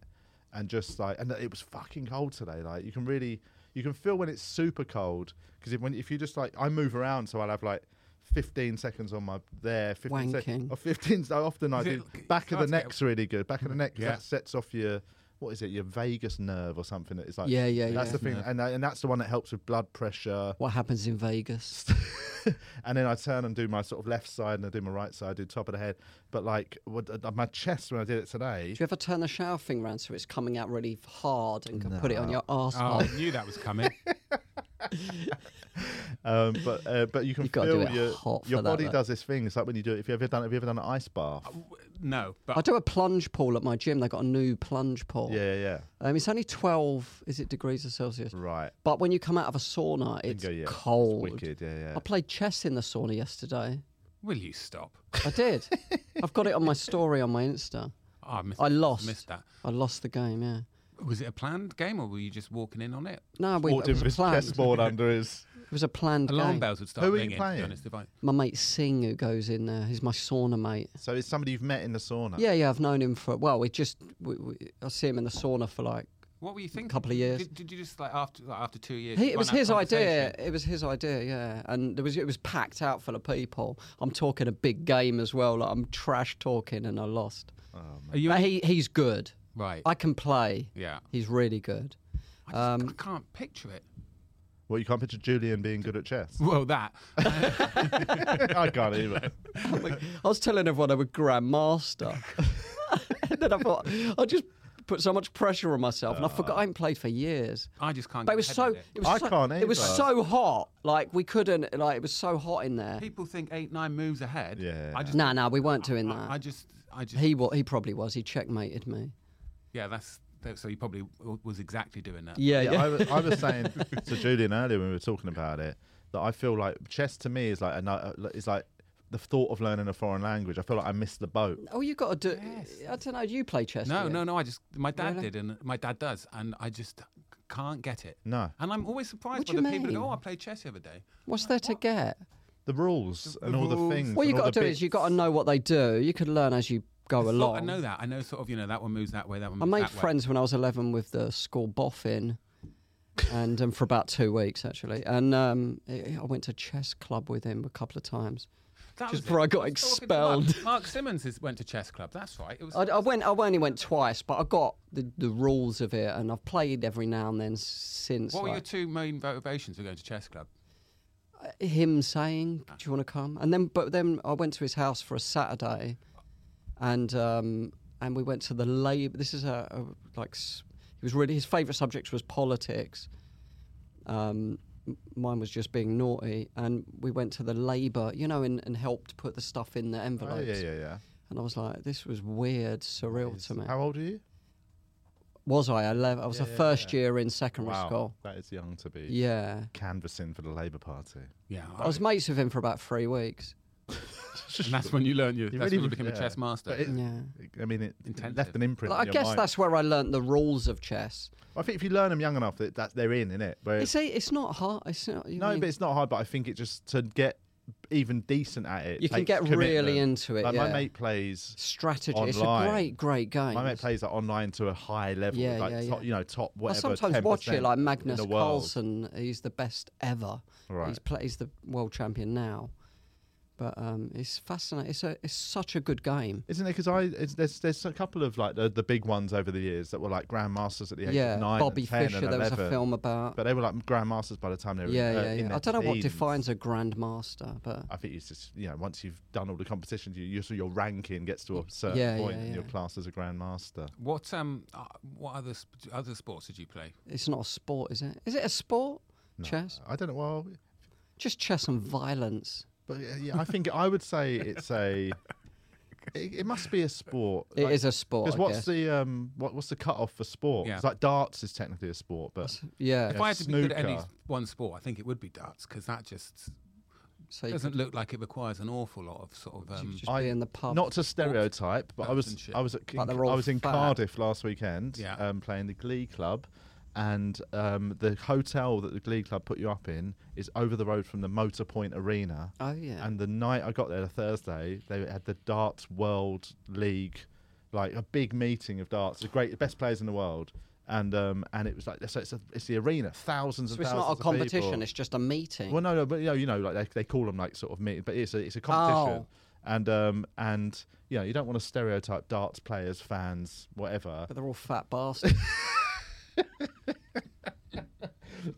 Speaker 4: and just like and it was fucking cold today. Like you can really you can feel when it's super cold because if when if you just like I move around, so I'll have like. 15 seconds on my there 15 sec-
Speaker 5: Wanking.
Speaker 4: or 15 so often I
Speaker 6: Is
Speaker 4: do
Speaker 6: it-
Speaker 4: back of the
Speaker 6: it's hard to get-
Speaker 4: neck's really good back of the neck 'cause
Speaker 6: Yeah.
Speaker 4: that sets off your what is it your vagus nerve or something that is like
Speaker 5: Yeah, yeah,
Speaker 4: that's
Speaker 5: yeah.
Speaker 4: the thing and, that- and that's the one that helps with blood pressure
Speaker 5: what happens
Speaker 4: [LAUGHS]
Speaker 5: in Vegas?
Speaker 4: and then I turn and do my sort of left side and I do my right side, I do top of the head. But like what, uh, my chest when I did it today,
Speaker 5: Do you ever turn the shower thing round so it's coming out really hard and can put it on your
Speaker 6: Oh,
Speaker 5: asshole?
Speaker 6: I knew that was coming. [LAUGHS]
Speaker 4: um, but uh, but you can
Speaker 5: You've gotta do
Speaker 4: feel
Speaker 5: it
Speaker 4: your
Speaker 5: hot for
Speaker 4: your
Speaker 5: that,
Speaker 4: body
Speaker 5: though. Oh.
Speaker 4: does this thing. It's like when you do it. If you ever done, have you ever done an ice bath?
Speaker 6: no,
Speaker 5: I
Speaker 6: but
Speaker 5: do a plunge pool at my gym. They got a new plunge pool.
Speaker 4: Yeah, yeah, yeah.
Speaker 5: Um, it's only twelve, is it degrees of Celsius?
Speaker 4: right.
Speaker 5: But when you come out of a sauna, it's
Speaker 4: Go, yeah. It's
Speaker 5: cold.
Speaker 4: wicked. Yeah, yeah.
Speaker 5: I played chess in the sauna yesterday.
Speaker 6: will you stop?
Speaker 5: I did.
Speaker 4: [LAUGHS]
Speaker 5: I've got it on my story on my Insta.
Speaker 6: Oh, I, missed,
Speaker 5: I lost.
Speaker 6: Missed that.
Speaker 5: I lost the game. Yeah.
Speaker 6: Was it a planned game or were you just walking in on it?
Speaker 5: No, we,
Speaker 4: Walked
Speaker 5: it
Speaker 4: in
Speaker 5: was
Speaker 4: with
Speaker 5: a
Speaker 4: his
Speaker 5: planned.
Speaker 4: chessboard under
Speaker 5: [LAUGHS]
Speaker 4: his.
Speaker 5: It was a planned
Speaker 6: Alarm
Speaker 5: game.
Speaker 6: bells would start
Speaker 4: Who were you
Speaker 6: ringing. To
Speaker 4: playing?
Speaker 6: be honest, if I,
Speaker 5: My mate Singh, who goes in there, he's my sauna mate.
Speaker 4: So it's somebody you've met in the sauna.
Speaker 5: Yeah, yeah, I've known him for well, we just we, we, I see him in the sauna for like
Speaker 6: what were you thinking?
Speaker 5: couple of years.
Speaker 6: Did, did you just like after like, after two years?
Speaker 5: He,
Speaker 6: run
Speaker 5: it was
Speaker 6: that
Speaker 5: his idea.
Speaker 6: conversation?
Speaker 5: It was his idea, yeah. And there was it was packed out full of people. I'm talking a big game as well. Like I'm trash talking, and I lost.
Speaker 4: Oh,
Speaker 6: Are you
Speaker 5: But he he's good.
Speaker 6: right?
Speaker 5: I um, can play.
Speaker 6: yeah.
Speaker 5: He's really
Speaker 4: [LAUGHS]
Speaker 5: good.
Speaker 6: I, just, I can't picture it.
Speaker 4: Well, you can't picture Julian being good at
Speaker 5: [LAUGHS]
Speaker 4: chess. [LAUGHS]
Speaker 6: Well, that.
Speaker 4: I can't either.
Speaker 5: I was telling everyone I'm
Speaker 4: [LAUGHS]
Speaker 5: a grandmaster, [LAUGHS] and then I thought I just put so much pressure on myself, and I forgot I hadn't played for years.
Speaker 6: I just can't.
Speaker 5: [LAUGHS] But
Speaker 6: get
Speaker 5: it was
Speaker 6: my head
Speaker 5: so
Speaker 6: around it.
Speaker 5: it was
Speaker 4: Ah. I can't
Speaker 5: so, it was
Speaker 4: either.
Speaker 5: so hot. Like we couldn't. Like it was so hot in there.
Speaker 6: People think eight nine moves ahead.
Speaker 4: Yeah.
Speaker 6: I just.
Speaker 5: No, no, we weren't doing
Speaker 6: I, I
Speaker 5: that.
Speaker 6: just. I just.
Speaker 5: He wa- he probably was. He checkmated me.
Speaker 6: yeah, that's. that- So he probably w- was exactly doing that.
Speaker 5: Yeah, yeah.
Speaker 4: Yeah, I, was, I was
Speaker 5: [LAUGHS]
Speaker 4: saying to Julian earlier when we were talking about it that I feel like chess to me is like another. It's like the thought of learning a foreign language. I feel like I missed the boat.
Speaker 5: Oh, you got to do. I don't know. You play chess?
Speaker 6: No,
Speaker 5: do you?
Speaker 6: no, no. I just my dad
Speaker 5: Really?
Speaker 6: did, and my dad does, and I just can't get it.
Speaker 4: No.
Speaker 6: And I'm always surprised
Speaker 5: What
Speaker 6: by
Speaker 5: do
Speaker 6: the
Speaker 5: you
Speaker 6: people that go,
Speaker 5: mean?
Speaker 6: "Oh, I played chess the other day."
Speaker 5: What's there to get?
Speaker 4: The rules and all
Speaker 6: rules.
Speaker 4: the things.
Speaker 5: What you
Speaker 4: and all
Speaker 5: got to
Speaker 4: the
Speaker 5: do is you got to
Speaker 4: bits.
Speaker 5: know what they do. You could learn as you go
Speaker 6: I thought
Speaker 5: along.
Speaker 6: I know that. I know sort of you know that one moves that way, that one.
Speaker 5: I
Speaker 6: Moves
Speaker 5: made
Speaker 6: that way.
Speaker 5: friends when I was 11 with the school boffin, and um, for about two weeks actually. And um, I I went to chess club with him a couple of times.
Speaker 6: That
Speaker 5: just
Speaker 6: was
Speaker 5: before
Speaker 6: it.
Speaker 5: I got
Speaker 6: was talking to Mark. [LAUGHS]
Speaker 5: expelled.
Speaker 6: Mark Simmons is, went to chess club. That's right. It was.
Speaker 5: I, I went. I only went twice, but I got the, the rules of it, and I've played every now and then s- since.
Speaker 6: what were your
Speaker 5: like,
Speaker 6: two main motivations for going to chess club?
Speaker 5: him saying,
Speaker 4: Ah.
Speaker 5: "Do you want to come?" And then, but then I went to his house for a Saturday, and um, and we went to the labor. This is a, a like s- he was really his favorite subject was politics. Um, m- mine was just being naughty, and we went to the labor, you know, and, and helped put the stuff in the
Speaker 4: Oh,
Speaker 5: envelopes.
Speaker 4: yeah, yeah, yeah.
Speaker 5: And I was like, this was weird, surreal to me.
Speaker 4: How old are you?
Speaker 5: was I? Eleven. I was a first year in secondary
Speaker 4: Wow,
Speaker 5: school.
Speaker 4: that is young to be
Speaker 5: Yeah.
Speaker 4: canvassing for the Labour Party.
Speaker 6: Yeah,
Speaker 5: I was mates with him for about three weeks.
Speaker 6: and that's when you learned you. That's
Speaker 4: really
Speaker 6: when you
Speaker 4: would-
Speaker 6: became a
Speaker 4: yeah.
Speaker 6: chess master.
Speaker 4: But it-
Speaker 5: Yeah.
Speaker 4: I mean, it
Speaker 6: Intensive.
Speaker 4: left an imprint.
Speaker 5: Like,
Speaker 4: on
Speaker 5: I
Speaker 4: your
Speaker 5: guess
Speaker 4: mind.
Speaker 5: that's where I learnt the rules of chess.
Speaker 4: I think if you learn them young enough, that, that they're in, innit? Where
Speaker 5: It's a, it's not hard. It's not. you
Speaker 4: no,
Speaker 5: mean-
Speaker 4: but it's not hard. But I think it just to get even decent at it.
Speaker 5: You can
Speaker 4: takes
Speaker 5: get really
Speaker 4: commitment.
Speaker 5: into it,
Speaker 4: Like my
Speaker 5: yeah.
Speaker 4: mate plays.
Speaker 5: strategy. It's a
Speaker 4: online.
Speaker 5: great, great game.
Speaker 4: My mate plays like online to a high level,
Speaker 5: Yeah,
Speaker 4: like
Speaker 5: yeah, yeah.
Speaker 4: top, you know, top
Speaker 5: I
Speaker 4: whatever.
Speaker 5: sometimes watch it,
Speaker 4: 10%
Speaker 5: like
Speaker 4: in
Speaker 5: Magnus
Speaker 4: the world.
Speaker 5: Carlsen. He's the best ever.
Speaker 4: Right.
Speaker 5: He's, pla he's the world champion now. But um, it's fascinating. It's a, it's such a good game.
Speaker 4: Isn't it? Because I it's, there's there's a couple of like the, the big ones over the years that were like grandmasters at the age
Speaker 5: yeah,
Speaker 4: of nine,
Speaker 5: Bobby
Speaker 4: and 10 and
Speaker 5: Fischer. there was
Speaker 4: 11,
Speaker 5: a film about.
Speaker 4: but they were like grandmasters by the time they were
Speaker 5: yeah,
Speaker 4: in, uh,
Speaker 5: yeah,
Speaker 4: in
Speaker 5: yeah.
Speaker 4: their
Speaker 5: I don't know what
Speaker 4: teens.
Speaker 5: defines a grandmaster, but
Speaker 4: I think it's just you know once you've done all the competitions, you, you so your ranking gets to a certain
Speaker 5: Yeah,
Speaker 4: point
Speaker 5: yeah,
Speaker 4: and you're
Speaker 5: yeah.
Speaker 4: classed as a grandmaster.
Speaker 6: What um, uh, what other sp- other sports did you play?
Speaker 5: it's not a sport, is it? Is it a sport? Chess,
Speaker 4: I don't know. Well,
Speaker 5: just chess and violence.
Speaker 4: but uh, yeah, I think I would say it's
Speaker 5: [LAUGHS]
Speaker 4: a. It, it must be a sport.
Speaker 5: It is a sport.
Speaker 4: Because
Speaker 5: I
Speaker 4: what's
Speaker 5: guess.
Speaker 4: the um what, what's the cutoff for sport?
Speaker 6: Yeah.
Speaker 4: It's like darts is technically a sport, but
Speaker 5: yeah?
Speaker 6: If I had to be good at any
Speaker 4: snooker.
Speaker 6: one sport, I think it would be darts because that just
Speaker 5: so you
Speaker 6: doesn't look like it requires an awful lot of sort of.
Speaker 5: could
Speaker 6: Um,
Speaker 5: just be in the pub.
Speaker 4: not to stereotype. But I
Speaker 6: darts
Speaker 4: was
Speaker 6: and shit.
Speaker 4: I was at
Speaker 5: But they're all
Speaker 4: I was in
Speaker 5: fat.
Speaker 4: Cardiff last weekend,
Speaker 6: Yeah.
Speaker 4: um, playing the Glee Club, and um, the hotel that the Glee Club put you up in is over the road from the Motor Point Arena.
Speaker 5: Oh yeah.
Speaker 4: And the night I got there, the Thursday, they had the Darts World League, like a big meeting of darts, the great, the best players in the world, and um, and it was like so it's a, it's the arena, thousands
Speaker 5: so
Speaker 4: and
Speaker 5: it's
Speaker 4: thousands
Speaker 5: not a
Speaker 4: of
Speaker 5: competition.
Speaker 4: people.
Speaker 5: It's just a meeting.
Speaker 4: well, no, no, but you know, you know, like they, they call them like sort of meeting, but it's a it's a competition,
Speaker 5: Oh.
Speaker 4: and um and you know you don't want to stereotype darts players, fans, whatever.
Speaker 6: [LAUGHS]
Speaker 5: but they're all fat bastards.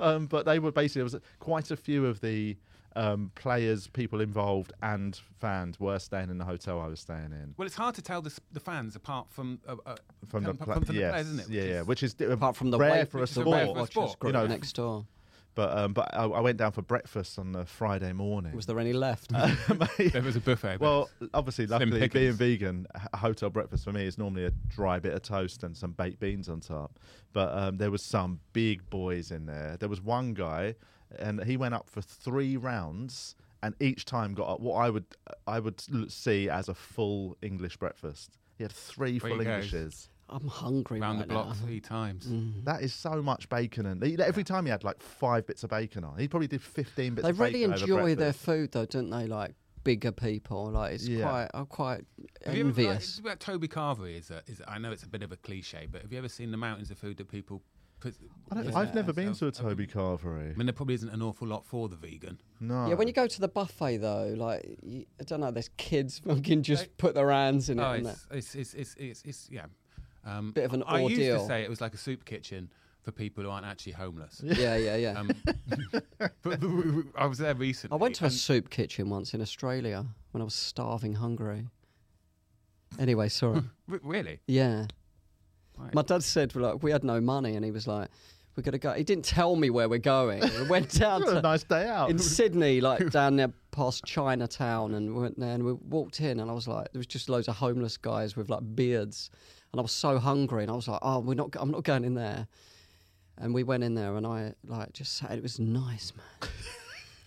Speaker 4: Um, but they were basically there was quite a few of the um players, people involved, and fans were staying in the hotel I was staying in.
Speaker 6: well, it's hard to tell the, s- the fans apart from uh, uh,
Speaker 4: from the,
Speaker 6: apart
Speaker 4: pla-
Speaker 6: from
Speaker 4: yes,
Speaker 6: the players, isn't it?
Speaker 4: Yeah,
Speaker 6: Which
Speaker 4: yeah,
Speaker 6: is-
Speaker 4: which is uh,
Speaker 5: Apart from the
Speaker 4: rare
Speaker 5: weight
Speaker 4: for a
Speaker 6: Which is a rare
Speaker 4: sport.
Speaker 6: for a
Speaker 5: watchers
Speaker 6: sport,
Speaker 5: group
Speaker 4: you know.
Speaker 5: next door.
Speaker 4: But um, but I, I went down for breakfast on the Friday morning.
Speaker 6: [LAUGHS]
Speaker 4: [LAUGHS]
Speaker 5: Was there any left?
Speaker 4: Uh,
Speaker 6: there was a buffet. but
Speaker 4: well, obviously,
Speaker 6: Slim
Speaker 4: luckily, being
Speaker 6: pickings.
Speaker 4: vegan, a hotel breakfast for me is normally a dry bit of toast and some baked beans on top. But um, there was some big boys in there. There was one guy, and he went up for three rounds, and each time got up what I would I would l- see as a full English breakfast. He had three
Speaker 6: Three
Speaker 4: full
Speaker 6: goes.
Speaker 4: Englishes.
Speaker 5: I'm hungry
Speaker 6: round the
Speaker 5: right
Speaker 6: block
Speaker 5: now.
Speaker 6: three times.
Speaker 5: Mm-hmm.
Speaker 4: That is so much bacon, and he- every time he had like five bits of bacon on. He probably did fifteen bits.
Speaker 5: They
Speaker 4: of
Speaker 5: really
Speaker 4: bacon over
Speaker 5: enjoy their
Speaker 4: breakfast.
Speaker 5: food though, don't they? Like bigger people, like it's
Speaker 4: Yeah.
Speaker 5: quite, I'm quite
Speaker 6: Have you ever, like,
Speaker 5: envious.
Speaker 6: about Toby Carver is, a, is a, I know it's a bit of a cliche, but have you ever seen the mountains of food that people put?
Speaker 4: I don't,
Speaker 6: present
Speaker 4: I've never
Speaker 6: as
Speaker 4: been
Speaker 6: of-
Speaker 4: to a
Speaker 6: of-
Speaker 4: Toby Carvery.
Speaker 6: I [LAUGHS] mean, there probably isn't an awful lot for the vegan.
Speaker 4: No.
Speaker 5: yeah, when you go to the buffet though, like you, I don't know, there's kids [LAUGHS] fucking just put their hands in it.
Speaker 6: Oh,
Speaker 5: and
Speaker 6: it's, it's, it's, it's, it's, it's yeah. Um,
Speaker 5: Bit of an
Speaker 6: I used
Speaker 5: ordeal.
Speaker 6: to say it was like a soup kitchen for people who aren't actually homeless.
Speaker 5: that. yeah, yeah, yeah.
Speaker 6: Um, but I was there recently.
Speaker 5: I went to a
Speaker 6: and-
Speaker 5: soup kitchen once in Australia when I was starving hungry.
Speaker 6: [LAUGHS]
Speaker 5: Anyway, sorry.
Speaker 6: Re- really.
Speaker 5: yeah.
Speaker 6: Right.
Speaker 5: My dad said like we had no money and he was like, We're gonna go he didn't tell me where we're going.
Speaker 6: [LAUGHS]
Speaker 5: We went down
Speaker 4: What a
Speaker 5: to
Speaker 4: nice day
Speaker 6: Oh.
Speaker 4: out.
Speaker 5: in Sydney, like down there past Chinatown, and we went there and we walked in, and I was like, there was just loads of homeless guys with like beards, and I was so hungry, and I was like, oh, we're not, I'm not going in there, and we went in there, and I like just sat, it was nice,
Speaker 6: [LAUGHS]
Speaker 5: man.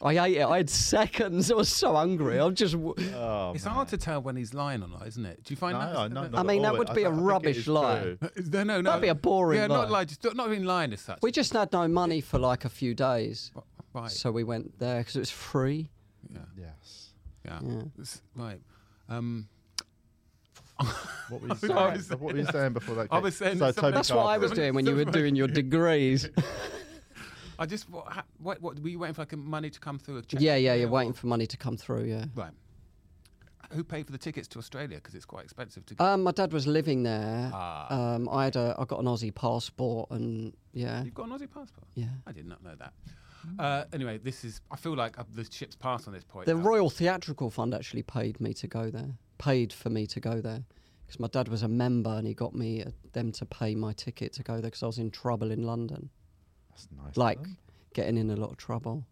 Speaker 5: I ate it. I had seconds. I was so hungry. I'm just. w-
Speaker 4: Oh,
Speaker 6: it's hard to tell when he's lying or not, isn't it? Do you find
Speaker 4: no,
Speaker 6: that?
Speaker 4: no,
Speaker 5: I
Speaker 4: not
Speaker 5: mean,
Speaker 4: at
Speaker 5: that
Speaker 4: all.
Speaker 5: would
Speaker 4: I
Speaker 5: be
Speaker 4: th-
Speaker 5: a
Speaker 4: I think it
Speaker 5: rubbish
Speaker 4: is
Speaker 5: lie.
Speaker 4: true.
Speaker 6: no, no, no.
Speaker 5: That'd be a boring
Speaker 6: Yeah, not
Speaker 5: lie.
Speaker 6: like just not even lying as such.
Speaker 5: We just had no money for like a few days,
Speaker 6: right.
Speaker 5: so we went there because it was free.
Speaker 6: yeah.
Speaker 4: Yes.
Speaker 6: Yeah.
Speaker 5: Yeah.
Speaker 6: S- Right. Um,
Speaker 4: What
Speaker 6: I
Speaker 4: were you
Speaker 6: was
Speaker 4: saying? What were you saying before that?
Speaker 6: I
Speaker 4: came-
Speaker 6: was saying
Speaker 4: so
Speaker 6: that something-
Speaker 4: Toby
Speaker 5: That's what I
Speaker 4: Carvery.
Speaker 5: was doing when
Speaker 6: [LAUGHS]
Speaker 5: you were doing your degrees.
Speaker 6: I just what, ha- what, what were you waiting for like money to come through? A check
Speaker 5: Yeah, yeah,
Speaker 6: or-
Speaker 5: you're waiting for money to come through. Yeah.
Speaker 6: Right. Who paid for the tickets to Australia? Because it's quite expensive to. go.
Speaker 5: Um, my dad was living there.
Speaker 6: Ah.
Speaker 5: Um, I had a, I got an Aussie passport, and yeah,
Speaker 6: You've got an Aussie passport.
Speaker 5: yeah.
Speaker 6: I did not know that. Uh, anyway, this is. I feel like uh, the ship's passed on this point. Uh,
Speaker 5: The
Speaker 6: now.
Speaker 5: Royal Theatrical Fund actually paid me to go there, paid for me to go there, because my dad was a member, and he got me uh, them to pay my ticket to go there because I was in trouble in London,
Speaker 4: That's nice.
Speaker 5: like getting in a lot of trouble.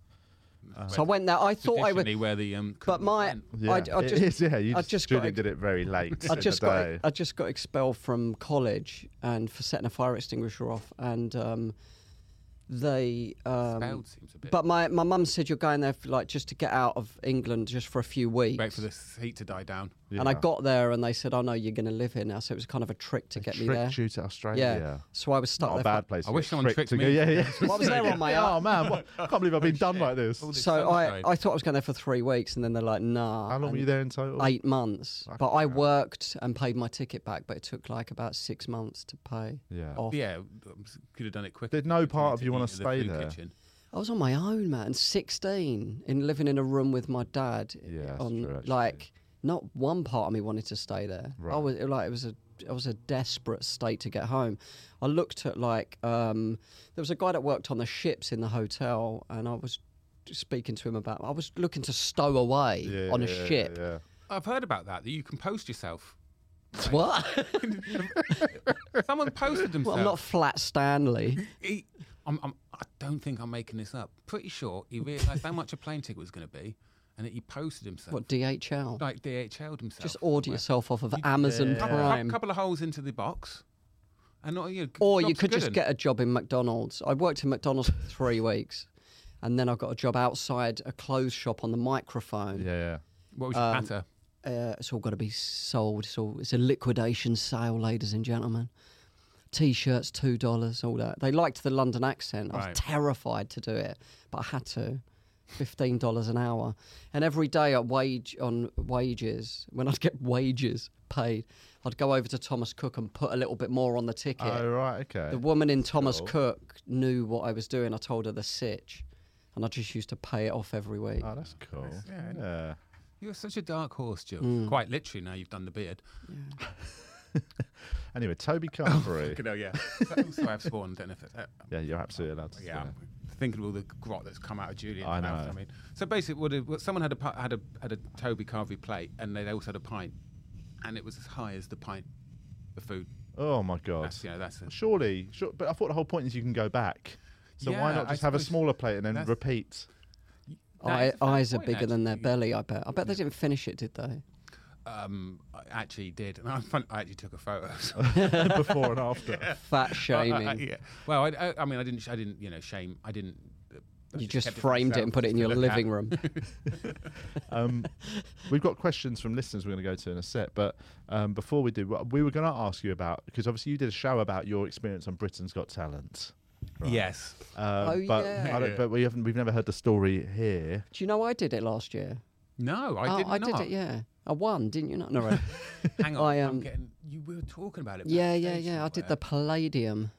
Speaker 6: Where
Speaker 5: so I went there. I thought I would,
Speaker 6: uh, traditionally where the um.
Speaker 5: but
Speaker 6: Cookbook
Speaker 5: my
Speaker 6: went.
Speaker 4: Yeah,
Speaker 5: I, I
Speaker 4: it
Speaker 5: just
Speaker 4: is, yeah. You
Speaker 5: I
Speaker 4: just,
Speaker 5: just got
Speaker 4: Julian
Speaker 5: ex-
Speaker 4: did it very late. [LAUGHS]
Speaker 5: I
Speaker 4: in the
Speaker 5: just got
Speaker 4: day.
Speaker 5: I just got expelled from college and for setting a fire extinguisher off, and um, they um,
Speaker 6: Spelled seems a bit.
Speaker 5: But my my mum said you're going there for, like just to get out of England just for a few weeks.
Speaker 6: wait for the heat to die down.
Speaker 5: And I
Speaker 4: Yeah.
Speaker 5: got there and they said, "Oh no, you're going to live here now." So it was kind of a trick to get me there.
Speaker 4: Tricked you to
Speaker 5: yeah.
Speaker 4: Australia.
Speaker 5: So I was stuck
Speaker 4: Not
Speaker 5: there.
Speaker 4: a
Speaker 5: for-
Speaker 4: bad place.
Speaker 6: I
Speaker 4: to
Speaker 6: wish
Speaker 4: get
Speaker 6: someone tricked
Speaker 4: to
Speaker 6: me.
Speaker 4: go. Yeah, yeah.
Speaker 5: Well, I was there on my own.
Speaker 4: Oh man, what, I can't believe I've been done like this.
Speaker 6: All this
Speaker 5: So I,
Speaker 6: sunshine.
Speaker 5: I thought I was going there for three weeks, and then they're like, "Nah."
Speaker 4: How long were
Speaker 5: and
Speaker 4: you there in total?
Speaker 5: Eight months. but I worked and paid my ticket back, but it took like about six months to pay
Speaker 4: Yeah.
Speaker 5: off.
Speaker 6: Yeah, um, s- could have done it quicker.
Speaker 4: Did no
Speaker 6: Didn't
Speaker 4: part
Speaker 6: need
Speaker 4: of you wanna
Speaker 6: eat at the
Speaker 4: stay
Speaker 6: food
Speaker 4: there?
Speaker 6: kitchen.
Speaker 5: I was on my own, man. Sixteen, in living in a room with my dad. eh,
Speaker 4: Yeah, that's
Speaker 5: on
Speaker 4: true, actually.
Speaker 5: like not one part of me wanted to stay there.
Speaker 4: Right.
Speaker 5: I was it- like, it was a, I was a desperate state to get home. I looked at like, um, there was a guy that worked on the ships in the hotel, and I was speaking to him about. I was looking to stow away
Speaker 4: Yeah,
Speaker 5: on a
Speaker 4: yeah, yeah,
Speaker 5: ship.
Speaker 4: Yeah.
Speaker 6: I've heard about that. That you can post yourself.
Speaker 4: [LAUGHS]
Speaker 5: [LAUGHS] What? [LAUGHS]
Speaker 6: Someone posted
Speaker 5: well,
Speaker 6: themselves.
Speaker 5: I'm not flat Stanley.
Speaker 6: he, I'm, I'm, I don't think I'm making this up. Pretty sure he realised how much a plane ticket was going to be, and that he posted himself,
Speaker 4: [LAUGHS]
Speaker 5: What DHL?
Speaker 6: like DHL'd himself.
Speaker 5: Just order
Speaker 6: somewhere.
Speaker 5: yourself off of Amazon
Speaker 6: Couple,
Speaker 5: Prime.
Speaker 6: couple of holes into the box, and not you. Know,
Speaker 5: Or you
Speaker 6: job's
Speaker 5: could
Speaker 6: good
Speaker 5: just
Speaker 6: un.
Speaker 5: get a job in McDonald's. I worked in McDonald's [LAUGHS] for three weeks, and then I got a job outside a clothes shop on the microphone.
Speaker 4: Yeah. yeah.
Speaker 6: What was your
Speaker 5: um,
Speaker 6: patter?
Speaker 5: Uh, it's all got to be sold. It's all it's a liquidation sale, ladies and gentlemen. T-shirts, two dollars, all that. They liked the London accent. I
Speaker 6: Right.
Speaker 5: was terrified to do it, but I had to. Fifteen dollars an hour, and every day at wage on wages, when I'd get wages paid, I'd go over to Thomas Cook and put a little bit more on the ticket.
Speaker 4: Oh right. Okay.
Speaker 5: The woman in Thomas
Speaker 4: Cool.
Speaker 5: Cook knew what I was doing. I told her the sitch, and I just used to pay it off every week.
Speaker 6: Uh,
Speaker 4: Oh, that's cool.
Speaker 6: yeah, isn't
Speaker 4: Yeah.
Speaker 6: You're such a dark horse, Jill.
Speaker 5: Mm.
Speaker 6: Quite literally. Now you've done the beard.
Speaker 4: Anyway, Toby
Speaker 6: [LAUGHS]
Speaker 4: Carvery.
Speaker 6: Oh, Fucking hell, yeah. [LAUGHS] So- Sorry, I've spawned. Don't know if it, uh,
Speaker 4: yeah, you're absolutely allowed to.
Speaker 6: yeah.
Speaker 4: say
Speaker 6: I'm Thinking of all the grot that's come out of Julian's
Speaker 4: I
Speaker 6: mouth.
Speaker 4: know.
Speaker 6: I mean, so basically, what, a- what someone had a pi- had a had a Toby Carvey plate, and they also had a pint, and it was as high as the pint, the food.
Speaker 4: it. Oh my god.
Speaker 6: That's you know that's a,
Speaker 4: Surely, sure, but I thought the whole point is you can go back. So why
Speaker 6: Yeah,
Speaker 4: not
Speaker 6: I
Speaker 4: just have a
Speaker 6: suppose
Speaker 4: smaller plate and then
Speaker 6: that's- [LAUGHS]
Speaker 4: repeat?
Speaker 6: that
Speaker 5: Eye,
Speaker 6: is a fair
Speaker 5: eyes are
Speaker 6: point,
Speaker 5: bigger than their
Speaker 6: actually.
Speaker 5: belly. I bet. I bet they didn't finish it, did they?
Speaker 6: um, I actually did, and I, fun- I actually took a photo. [LAUGHS] so-
Speaker 4: before and after.
Speaker 5: Fat
Speaker 6: [LAUGHS] I- I-
Speaker 5: shaming.
Speaker 6: yeah. Well, I, I, I mean, I didn't, sh- I didn't, you know, shame. I didn't uh,
Speaker 5: You just framed it and put it in your
Speaker 6: [LAUGHS]
Speaker 5: living room.
Speaker 4: Um, we've got questions from listeners we're going to go to in a set, but um, before we do, what- we were going to ask you about because obviously you did a show about your experience on Britain's Got Talent.
Speaker 6: Yes.
Speaker 4: Um,
Speaker 5: Oh,
Speaker 4: but
Speaker 5: yeah.
Speaker 4: I don't, but we haven't. We've never heard the story here.
Speaker 5: Do you know I did it last year?
Speaker 6: No, I
Speaker 5: Oh,
Speaker 6: did
Speaker 5: I
Speaker 6: not.
Speaker 5: did it. Yeah, I won, didn't you? Not
Speaker 6: [LAUGHS]
Speaker 5: no. right.
Speaker 6: Hang on,
Speaker 5: I,
Speaker 6: I,
Speaker 5: um,
Speaker 6: am getting. You were talking about it.
Speaker 5: yeah, yeah,
Speaker 6: backstage
Speaker 5: yeah. I did the
Speaker 6: somewhere.
Speaker 5: Palladium.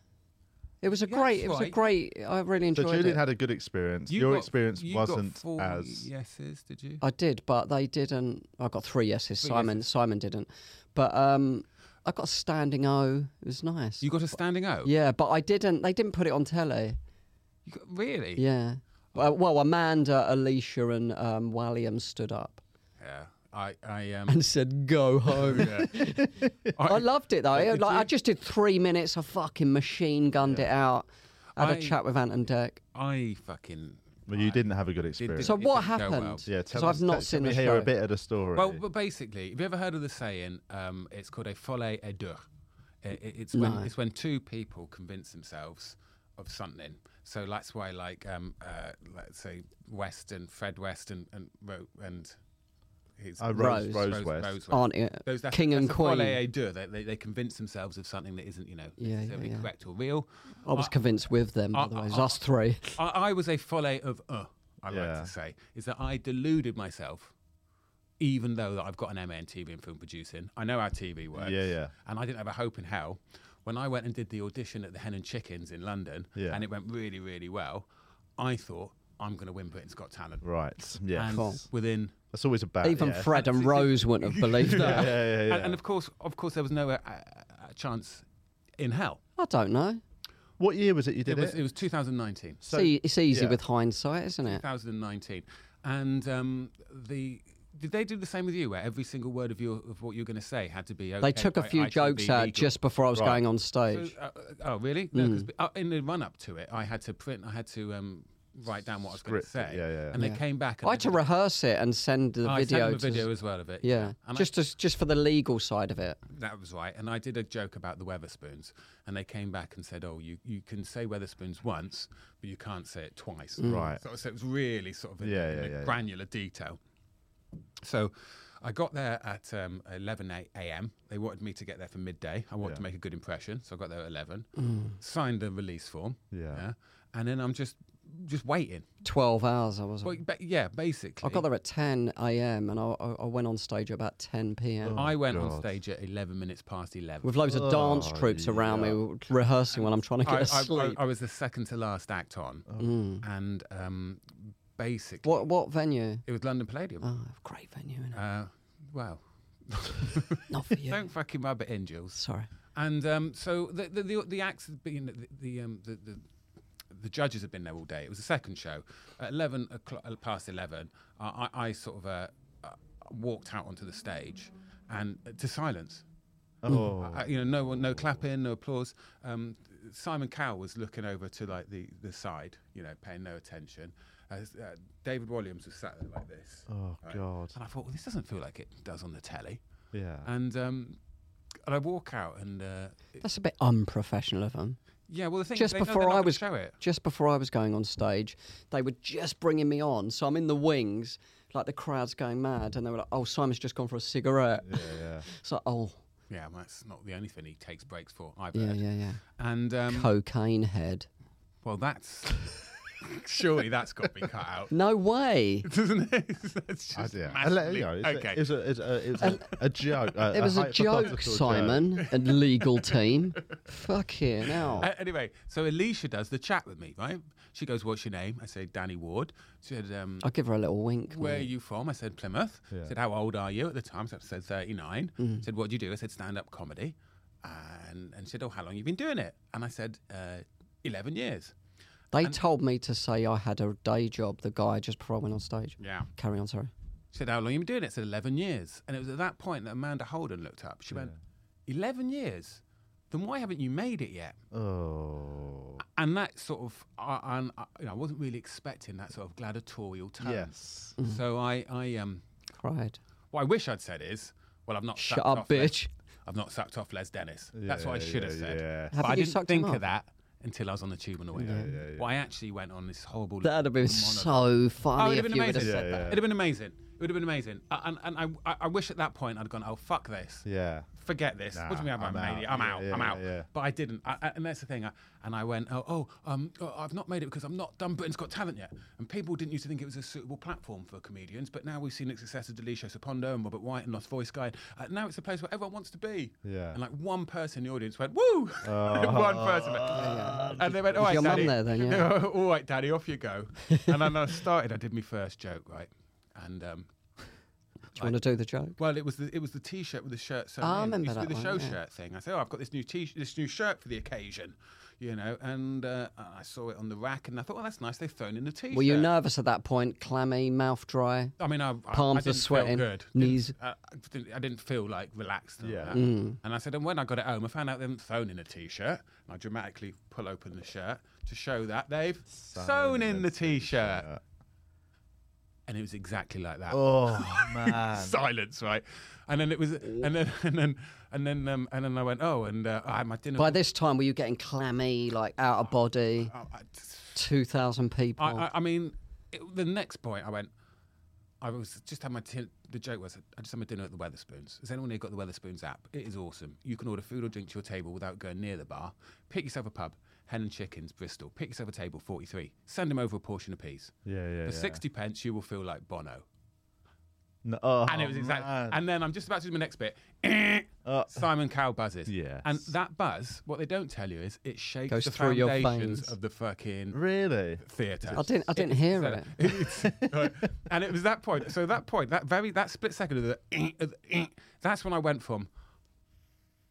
Speaker 5: It was a
Speaker 6: Yeah,
Speaker 5: great.
Speaker 6: that's
Speaker 5: It was a
Speaker 6: right.
Speaker 5: great. I really
Speaker 4: So
Speaker 5: enjoyed
Speaker 4: Julian
Speaker 5: it.
Speaker 4: had a good experience.
Speaker 6: You
Speaker 4: your
Speaker 6: got-
Speaker 4: experience
Speaker 6: you got
Speaker 4: wasn't
Speaker 6: four
Speaker 4: as
Speaker 6: yeses, did you?
Speaker 5: I did, but they didn't. I got three yeses.
Speaker 6: Three
Speaker 5: Simon, Simon didn't. But um, I got a standing O. It was nice.
Speaker 6: You got a standing O.
Speaker 5: yeah, but I didn't. They didn't put it on telly.
Speaker 6: You got, really?
Speaker 5: Yeah. Well, well, Amanda, Alicia, and um, William stood up [LAUGHS]
Speaker 6: Yeah. I, I um.
Speaker 5: and said,
Speaker 6: [LAUGHS]
Speaker 5: "Go home."
Speaker 6: yeah.
Speaker 5: I loved it though. It-
Speaker 6: Oh, did
Speaker 5: like, I
Speaker 6: you?
Speaker 5: just did three minutes. I fucking machine gunned it out. I had a
Speaker 6: I-
Speaker 5: chat with Ant and Deck.
Speaker 6: I fucking.
Speaker 4: Well, you didn't have a good experience.
Speaker 5: So
Speaker 6: it
Speaker 5: what
Speaker 6: didn't go well.
Speaker 5: happened?
Speaker 4: yeah,
Speaker 5: Because
Speaker 4: tell
Speaker 5: I've
Speaker 4: us-
Speaker 5: not
Speaker 4: tell-
Speaker 5: seen
Speaker 4: tell
Speaker 5: the
Speaker 4: me hear
Speaker 5: show.
Speaker 4: a bit of the story.
Speaker 6: Well, but basically, have you ever heard of the saying? Um, it's called a folie à deux. I- i- It's when
Speaker 5: No.
Speaker 6: it's when two people convince themselves of something. So that's why, like, um, uh, let's say West and Fred West and and Ro- and his
Speaker 4: Oh, Rose-
Speaker 5: Rose.
Speaker 4: Rose West.
Speaker 5: Aren't it?
Speaker 6: those, that's,
Speaker 5: King
Speaker 6: that's
Speaker 5: and
Speaker 6: the
Speaker 5: Queen.
Speaker 6: folie à deux. They, they, they convince themselves of something that isn't, you know,
Speaker 5: Yeah, yeah,
Speaker 6: necessarily
Speaker 5: yeah.
Speaker 6: correct or real.
Speaker 5: I was convinced with them. By
Speaker 6: I-
Speaker 5: the way, it was
Speaker 6: I-
Speaker 5: us three.
Speaker 6: I, I was a folly of uh, I like
Speaker 4: Yeah.
Speaker 6: to say, is that I deluded myself, even though that I've got an MA in TV and film producing. I know how TV works.
Speaker 4: Yeah, yeah.
Speaker 6: And I didn't have a hope in hell. When I went and did the audition at the Hen and Chickens in London,
Speaker 4: Yeah.
Speaker 6: and it went really, really well, I thought, I'm going to win Britain's Got Talent.
Speaker 4: right, yeah,
Speaker 6: And
Speaker 5: Cool.
Speaker 6: within
Speaker 4: that's always a bad.
Speaker 5: Even
Speaker 4: yeah.
Speaker 6: [LAUGHS]
Speaker 5: Fred and Rose wouldn't have believed
Speaker 4: Yeah,
Speaker 5: that.
Speaker 4: yeah, yeah.
Speaker 6: and, and of course, of course, there was no uh, uh, chance in hell.
Speaker 5: I don't know.
Speaker 4: what year was it you did
Speaker 6: It
Speaker 4: it?
Speaker 6: was, it was 2019.
Speaker 5: It's e- it's easy
Speaker 4: yeah.
Speaker 5: with hindsight, isn't it?
Speaker 6: 2019, and um, the did they do the same with you, where every single word of your of what you're going to say had to be? Okay,
Speaker 5: They took a
Speaker 6: by
Speaker 5: few
Speaker 6: ITV
Speaker 5: jokes out
Speaker 6: legal.
Speaker 5: just Hmm. before I was going on stage.
Speaker 6: Uh, [LAUGHS] oh, really? No, 'cause b- uh, in the run up to it, I had to print. I had to um, write down what I was going to
Speaker 4: Script
Speaker 6: say.
Speaker 4: it, yeah, yeah.
Speaker 6: And
Speaker 5: Yeah.
Speaker 6: they came back. And
Speaker 5: I had to
Speaker 6: they-
Speaker 5: rehearse it and send the
Speaker 6: Oh, I sent
Speaker 5: video.
Speaker 6: them a
Speaker 5: to-
Speaker 6: video as well of it.
Speaker 5: yeah,
Speaker 6: And I-
Speaker 5: just as, just for the legal side of it.
Speaker 6: that was right. And I did a joke about the Weatherspoons, and they came back and said, "Oh, you, you can say Weatherspoons once, but you can't say it twice."
Speaker 4: Mm. Right.
Speaker 6: So, so it was really sort of in,
Speaker 4: Yeah,
Speaker 6: in
Speaker 4: yeah,
Speaker 6: a
Speaker 4: yeah, yeah.
Speaker 6: granular detail. So I got there at um, 11 a- a.m. They wanted me to get there for midday. I wanted to make a good impression, so I got there at 11. Signed the release form.
Speaker 4: Mm. Yeah.
Speaker 6: And then I'm just just waiting.
Speaker 5: Twelve hours I was.
Speaker 6: Well, ba- yeah, basically.
Speaker 5: I got there at 10 a.m. and I, I I went on stage at about 10 p.m.
Speaker 6: I went on
Speaker 4: God.
Speaker 6: stage at 11 minutes past 11.
Speaker 5: with loads of dance
Speaker 4: Oh,
Speaker 5: troops around me rehearsing when I'm trying to
Speaker 6: I,
Speaker 5: get
Speaker 6: I- I-
Speaker 5: asleep.
Speaker 6: I was the second to last act on, and um, basically,
Speaker 5: Oh. what what venue?
Speaker 6: it was London Palladium.
Speaker 5: Oh, great venue, innit?
Speaker 6: Uh, well,
Speaker 5: Not
Speaker 6: [LAUGHS]
Speaker 5: for you.
Speaker 6: don't fucking rub it in, Jules.
Speaker 5: Sorry.
Speaker 6: And um, so the the the, the acts have been the the, um, the the the judges have been there all day. It was the second show at eleven o'clock, uh, past eleven. I, I, I sort of uh, uh, walked out onto the stage and uh, to silence.
Speaker 4: oh,
Speaker 6: Uh, you know, no one, no clapping, no applause. Um, Simon Cowell was looking over to like the, the side, you know, paying no attention. Uh, s- uh, David Williams was sat there like this,
Speaker 4: oh
Speaker 6: Right.
Speaker 4: god,
Speaker 6: and I thought, well, this doesn't feel like it does on the telly.
Speaker 4: yeah.
Speaker 6: And um, and I walk out, and uh, it-
Speaker 5: That's a bit unprofessional of them.
Speaker 6: yeah, well, the thing
Speaker 5: Just
Speaker 6: they know they're
Speaker 5: before
Speaker 6: not
Speaker 5: I
Speaker 6: gonna
Speaker 5: was-
Speaker 6: show it.
Speaker 5: Just before I was going on stage, they were just bringing me on. So I'm in the wings, like the crowd's going mad. And they were like, oh, Simon's just gone for a cigarette.
Speaker 4: yeah,
Speaker 6: [LAUGHS]
Speaker 4: yeah.
Speaker 5: It's like, oh,
Speaker 6: Yeah, well, that's not the only thing he takes breaks for. I've
Speaker 5: yeah,
Speaker 6: heard.
Speaker 5: yeah, yeah.
Speaker 6: And um,
Speaker 5: Cocaine head.
Speaker 6: well, that's [LAUGHS] surely that's got to be cut out, [LAUGHS]
Speaker 5: No way.
Speaker 6: doesn't it? [LAUGHS] that's just
Speaker 4: I, yeah. I let-
Speaker 6: massively-
Speaker 4: you know, it's a-
Speaker 6: okay.
Speaker 4: it's a, it's a, it's
Speaker 5: [LAUGHS]
Speaker 4: a, a joke.
Speaker 5: It was a
Speaker 4: hypothetical
Speaker 5: joke, Simon
Speaker 6: [LAUGHS]
Speaker 5: and legal team. Fucking hell.
Speaker 6: A- anyway, so Alicia does the chat with me, right? She goes, "What's your name?" I say, "Danny Ward." She said, um,
Speaker 5: I'll give her a little wink.
Speaker 6: "Where are
Speaker 5: mate.
Speaker 6: you from?" I said, "Plymouth."
Speaker 4: Yeah.
Speaker 6: said, "How old are you at the time?" So I said, "39." I said, "What do you do?" I said, "Stand-up comedy." And and she said, "Oh, how long you been doing it?" And I said, uh, "11 years."
Speaker 5: They told me to say I had a day job, the guy just before I went on stage.
Speaker 6: Yeah.
Speaker 5: Carry on, sorry.
Speaker 6: She said, "How long you been doing it?" I said, "11 years." And it was at that point that Amanda Holden looked up. She went, "11 years? Then why haven't you made it yet?"
Speaker 4: Oh,
Speaker 6: And that sort of, I, I'm- I, you know, I wasn't really expecting that sort of gladiatorial tone.
Speaker 4: yes.
Speaker 5: Mm-hmm.
Speaker 6: So I, I um,
Speaker 5: Cried.
Speaker 6: what I wish I'd said is, well, I've not
Speaker 5: Shut
Speaker 6: sacked
Speaker 5: up,
Speaker 6: off Les-
Speaker 5: bitch.
Speaker 6: I've not sacked off Les Dennis. That's what I
Speaker 4: Yeah,
Speaker 6: should have
Speaker 4: yeah,
Speaker 6: said.
Speaker 4: yeah.
Speaker 5: Haven't
Speaker 6: But I
Speaker 5: you
Speaker 6: didn't
Speaker 5: sucked him
Speaker 6: think
Speaker 5: off?
Speaker 6: of that until I was on the tube on the way home. Well, I actually went on this horrible.
Speaker 5: That'd have been so funny
Speaker 6: Oh, it would
Speaker 5: if
Speaker 6: have been
Speaker 5: you would have
Speaker 6: amazing.
Speaker 5: said
Speaker 4: Yeah,
Speaker 5: that.
Speaker 6: It'd have been amazing. It would have been amazing. I- And, and I, I wish at that point I'd gone, oh, fuck this.
Speaker 4: Yeah.
Speaker 6: Forget this. what do you mean
Speaker 4: Nah,
Speaker 6: about
Speaker 4: I'm
Speaker 6: i
Speaker 4: out.
Speaker 6: media? I'm
Speaker 4: Yeah,
Speaker 6: out.
Speaker 4: yeah,
Speaker 6: I'm out.
Speaker 4: yeah.
Speaker 6: But I didn't. I, I- and that's the thing. I, and I went, oh, oh, um, oh, I've not made it because I'm not done Britain's Got Talent yet. And people didn't used to think it was a suitable platform for comedians. But now we've seen the success of Delicio Sepondo and Robert White and Lost Voice Guy. Uh, now it's a place where everyone wants to be.
Speaker 4: Yeah. Oh.
Speaker 6: And like one person in the audience went, woo! [LAUGHS] one person. Went, And they went, all right,
Speaker 5: Was your
Speaker 6: Daddy.
Speaker 5: mum
Speaker 6: [LAUGHS]
Speaker 5: there then? Yeah.
Speaker 6: all right, daddy, off you go. And then I started. I did my first joke, right? And um,
Speaker 5: Do you want to do the joke?
Speaker 6: well, it was the it was the t-shirt with the shirt. sewn
Speaker 5: Oh,
Speaker 6: in.
Speaker 5: I remember
Speaker 6: Used to
Speaker 5: that
Speaker 6: be the
Speaker 5: one,
Speaker 6: show
Speaker 5: yeah.
Speaker 6: shirt thing. I said, oh, I've got this new t this new shirt for the occasion, you know. And uh, I saw it on the rack, and I thought, well, that's nice. They've thrown in the t-shirt.
Speaker 5: Were you nervous at that point? Clammy, mouth dry.
Speaker 6: I mean, I, I-
Speaker 5: Palms
Speaker 6: I
Speaker 5: are
Speaker 6: didn't
Speaker 5: sweating,
Speaker 6: Feel good.
Speaker 5: knees-
Speaker 6: Didn't,
Speaker 5: Mm.
Speaker 6: uh, I didn't- I didn't feel like relaxed. and all
Speaker 4: Yeah.
Speaker 6: that. And I said, and when I got it home, I found out they hadn't sewn in a t-shirt. And I dramatically pull open the shirt to show that they've sewn, in the t-shirt. And it was exactly like that.
Speaker 4: Oh
Speaker 6: Um,
Speaker 4: man.
Speaker 6: Silence, right? And then it was, and then, [LAUGHS] and then, and then, um, and then I went, oh, and uh, I had my dinner.
Speaker 5: By this time, were you getting clammy, like out of body?
Speaker 6: Oh, I, I-
Speaker 5: Two thousand people.
Speaker 6: I, I- I mean, it, the next point I went, I was just had my tin the joke was I just had my dinner at the Weatherspoons. Has anyone here got the Weatherspoons app? It is awesome. You can order food or drink to your table without going near the bar. Pick yourself a pub, Hen and Chickens, Bristol. Pick yourself a table, forty three. Send them over a portion apiece.
Speaker 4: Yeah, yeah.
Speaker 6: For
Speaker 4: yeah.
Speaker 6: sixty pence, you will feel like Bono.
Speaker 4: No, oh,
Speaker 6: and it was exactly.
Speaker 4: man.
Speaker 6: And then I'm just about to do my next bit. [LAUGHS] Eh,
Speaker 4: Uh,
Speaker 6: Simon Cowell buzzes.
Speaker 4: Yes.
Speaker 6: And that buzz, what they don't tell you is it shakes
Speaker 5: Goes
Speaker 6: the
Speaker 5: through your
Speaker 6: foundations
Speaker 5: veins. Mm.
Speaker 6: of the fucking
Speaker 4: really.
Speaker 6: theatre.
Speaker 5: I didn't. I didn't hear
Speaker 6: [LAUGHS]
Speaker 5: it.
Speaker 6: Right. and it was that point. So that point, that very that split second of the, [CLEARS THROAT] of the that's when I went from,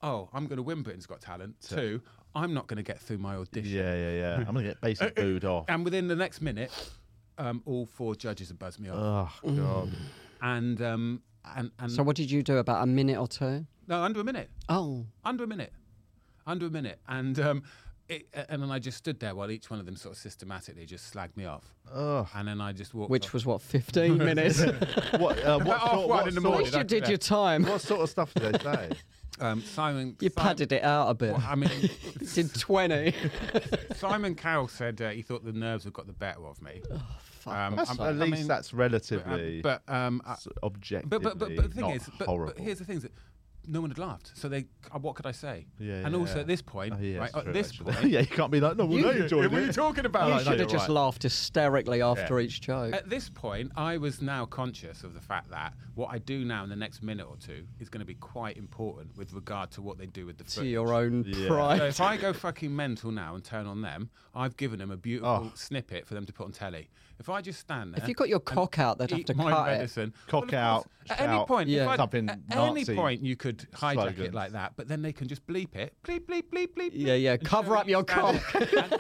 Speaker 6: oh, I'm going to win Britain's Got Talent to I'm not going to get through my audition.
Speaker 4: Yeah, yeah, yeah. I'm gonna get basic
Speaker 6: Uh,
Speaker 4: booed off.
Speaker 6: And within the next minute, um, all four judges had buzzed me off.
Speaker 4: Oh god.
Speaker 6: and um, and and
Speaker 5: Uh. So what did you do? About a minute or two?
Speaker 6: no, under a minute.
Speaker 5: Oh,
Speaker 6: under a minute, under a minute, and um, it, and then I just stood there while each one of them sort of systematically just slagged me off,
Speaker 4: Ugh.
Speaker 6: and then I just walked.
Speaker 5: which
Speaker 6: off.
Speaker 5: was
Speaker 6: [LAUGHS]
Speaker 5: what fifteen minutes. At
Speaker 4: What? Uh, what,
Speaker 6: Half
Speaker 4: sort,
Speaker 6: one
Speaker 4: what,
Speaker 6: in the
Speaker 4: sort-
Speaker 6: morning.
Speaker 5: least you did your time.
Speaker 4: [LAUGHS] what sort of stuff do they say?
Speaker 6: um, Simon.
Speaker 5: You
Speaker 6: Simon-
Speaker 5: padded it out a bit.
Speaker 6: I mean,
Speaker 5: [LAUGHS] Did twenty.
Speaker 6: Simon Cowell said uh, he thought the nerves had got the better of me.
Speaker 5: [LAUGHS] fuck
Speaker 6: Um,
Speaker 5: off,
Speaker 6: I'm-
Speaker 5: Simon.
Speaker 4: At least
Speaker 6: mean,
Speaker 4: that's relatively
Speaker 6: but um, I-
Speaker 4: s- objectively
Speaker 6: but, but, but, but the thing
Speaker 4: not
Speaker 6: is, but,
Speaker 4: horrible.
Speaker 6: but here's the thing is that no one had laughed, so they. uh, What could I say?
Speaker 4: Yeah,
Speaker 6: and
Speaker 4: yeah,
Speaker 6: also
Speaker 4: yeah.
Speaker 6: at this point,
Speaker 4: Oh, yeah,
Speaker 6: right,
Speaker 4: it's
Speaker 6: at
Speaker 4: true,
Speaker 6: this
Speaker 4: actually. [LAUGHS]
Speaker 6: point,
Speaker 4: yeah, you can't be like, no, well, no, you
Speaker 6: [LAUGHS]
Speaker 4: enjoyed
Speaker 6: what are you Uh,
Speaker 4: it.
Speaker 6: talking about?
Speaker 4: No,
Speaker 5: You
Speaker 4: no,
Speaker 5: should
Speaker 4: you're
Speaker 5: have just
Speaker 4: right.
Speaker 5: laughed hysterically after
Speaker 4: Yeah.
Speaker 5: each joke.
Speaker 6: At this point, I was now conscious of the fact that what I do now in the next minute or two is going to be quite important with regard to what they do with the
Speaker 5: to
Speaker 6: footage.
Speaker 5: your own
Speaker 6: So
Speaker 4: Yeah.
Speaker 5: pride.
Speaker 6: if I go fucking mental now and turn on them, I've given them a beautiful
Speaker 4: Oh.
Speaker 6: snippet for them to put on telly. If I just stand there,
Speaker 5: If you got your cock out, they'd have
Speaker 6: eat
Speaker 5: to
Speaker 6: my
Speaker 5: cut it.
Speaker 6: medicine,
Speaker 4: Cock
Speaker 6: of course,
Speaker 4: out,
Speaker 6: At any
Speaker 4: shout,
Speaker 6: point,
Speaker 5: Yeah.
Speaker 6: if I'd-
Speaker 4: something
Speaker 6: at any
Speaker 4: Nazi
Speaker 6: point, you could hijack it
Speaker 4: slogans.
Speaker 6: like that, but then they can just bleep it, bleep, bleep, bleep, bleep.
Speaker 5: Yeah,
Speaker 6: bleep,
Speaker 5: yeah.
Speaker 6: and
Speaker 5: Cover
Speaker 6: show
Speaker 5: up
Speaker 6: you
Speaker 5: your
Speaker 6: standing-
Speaker 4: blurred
Speaker 6: [LAUGHS]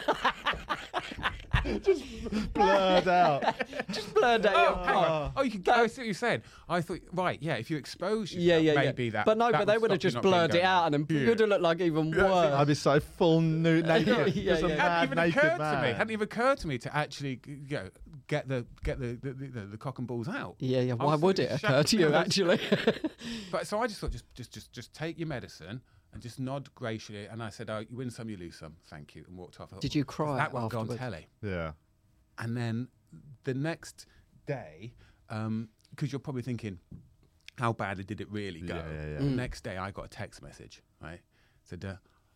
Speaker 4: out.
Speaker 5: [LAUGHS] Blurred out your
Speaker 6: Oh, hang
Speaker 5: cock.
Speaker 6: on. oh, you could. I see what you're saying. I thought, right, yeah. If you expose,
Speaker 5: Yeah,
Speaker 6: yourself,
Speaker 5: yeah, yeah.
Speaker 6: maybe that.
Speaker 5: but no,
Speaker 6: that
Speaker 5: but they would have
Speaker 6: stop you
Speaker 5: just
Speaker 6: not being
Speaker 5: blurred it
Speaker 6: going
Speaker 5: out, and then
Speaker 6: Yeah.
Speaker 5: it would have looked like even worse.
Speaker 4: [LAUGHS] I'd be so
Speaker 6: [LAUGHS]
Speaker 4: full nude, naked.
Speaker 5: Yeah,
Speaker 4: just a
Speaker 5: yeah.
Speaker 6: Hadn't
Speaker 4: mad
Speaker 6: even
Speaker 4: naked
Speaker 6: occurred
Speaker 4: man.
Speaker 6: to me. Hadn't even occurred to me to actually, you know, get the get the the, the, the cock and balls out.
Speaker 5: Yeah, yeah.
Speaker 6: I
Speaker 5: Why
Speaker 6: was
Speaker 5: would
Speaker 6: so
Speaker 5: it occur to you,
Speaker 6: shocked.
Speaker 5: actually?
Speaker 6: But so I just thought, just just just just take your medicine and just nod graciously. And I said, "Oh, you win some, you lose some. Thank you." And walked off. I thought,
Speaker 5: Did you
Speaker 6: "Is
Speaker 5: cry
Speaker 6: That one go on
Speaker 5: afterwards?"
Speaker 6: telly.
Speaker 4: Yeah.
Speaker 6: And then the next day, because you're probably thinking, how badly did it really go?
Speaker 4: Yeah, yeah, yeah.
Speaker 6: Next day, I got a text message, right? Said, uh,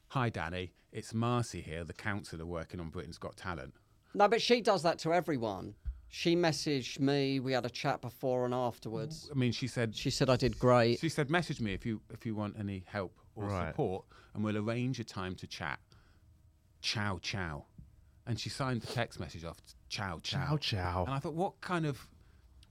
Speaker 6: Hi, Danny. It's Marcy here, the counsellor working on Britain's Got Talent.
Speaker 5: no, but she does that to everyone. She messaged me. We had a chat before and afterwards.
Speaker 6: I mean, she said,
Speaker 5: She said I did great.
Speaker 6: she said, message me if you if you want any help or
Speaker 4: Right.
Speaker 6: support, and we'll arrange a time to chat. Ciao, ciao. And she signed the text message off. to Ciao, ciao.
Speaker 4: Ciao, ciao.
Speaker 6: And I thought, what kind of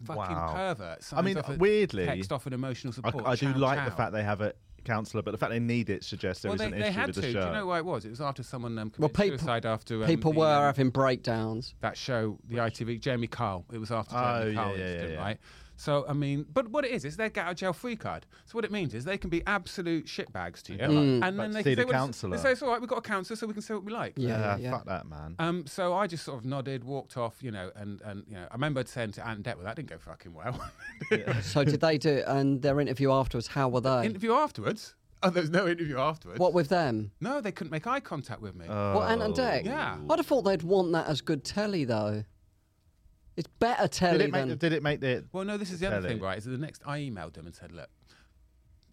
Speaker 6: fucking
Speaker 4: Wow.
Speaker 6: pervert?
Speaker 4: I mean,
Speaker 6: signs off a
Speaker 4: weirdly,
Speaker 6: text off an emotional
Speaker 4: I,
Speaker 6: support.
Speaker 4: I do
Speaker 6: Ciao,
Speaker 4: like the
Speaker 6: ciao."
Speaker 4: fact they have a counsellor, but the fact they need it suggests there
Speaker 6: well,
Speaker 4: is
Speaker 6: they,
Speaker 4: an
Speaker 6: they
Speaker 4: issue
Speaker 6: had
Speaker 4: with
Speaker 6: to.
Speaker 4: the
Speaker 6: Do
Speaker 4: show.
Speaker 6: you know why it was? It was after someone um,
Speaker 5: Well,
Speaker 6: committed
Speaker 5: people-
Speaker 6: suicide after um,
Speaker 5: People
Speaker 6: the,
Speaker 5: were
Speaker 6: um,
Speaker 5: having breakdowns.
Speaker 6: that show, the ITV, Jamie Carl. It was after Jamie
Speaker 4: Oh,
Speaker 6: Carl
Speaker 4: yeah, yeah,
Speaker 6: incident,
Speaker 4: yeah.
Speaker 6: right? So I mean, but what it is is their get out of jail free card. So what it means is they can be absolute shitbags to you,
Speaker 5: Mm.
Speaker 6: and
Speaker 4: Mm. Like
Speaker 6: then they
Speaker 4: see
Speaker 6: can
Speaker 4: the
Speaker 6: say, well,
Speaker 4: counsellor.
Speaker 6: They say it's all right, we've got a counsellor, so we can say what we like.
Speaker 5: Yeah,
Speaker 4: Yeah,
Speaker 5: yeah.
Speaker 4: Uh, fuck that, man.
Speaker 6: Um, so I just sort of nodded, walked off, you know, and and you know, I remember saying to Aunt Det, well, that didn't go fucking well. [LAUGHS]
Speaker 5: so did they do? And their interview afterwards, how were they?
Speaker 6: Interview afterwards. Oh, there was no interview afterwards.
Speaker 5: What Uh, with them?
Speaker 6: No, they couldn't make eye contact with me.
Speaker 5: What Ant and Deck?
Speaker 6: Yeah.
Speaker 5: I'd have thought they'd want that as good telly though. It's better telly
Speaker 4: Did it
Speaker 5: than
Speaker 4: make? Did it make the?
Speaker 6: Well, no, this is the other
Speaker 4: Tell
Speaker 6: thing,
Speaker 4: it.
Speaker 6: right? Is that the next I emailed them and said, look,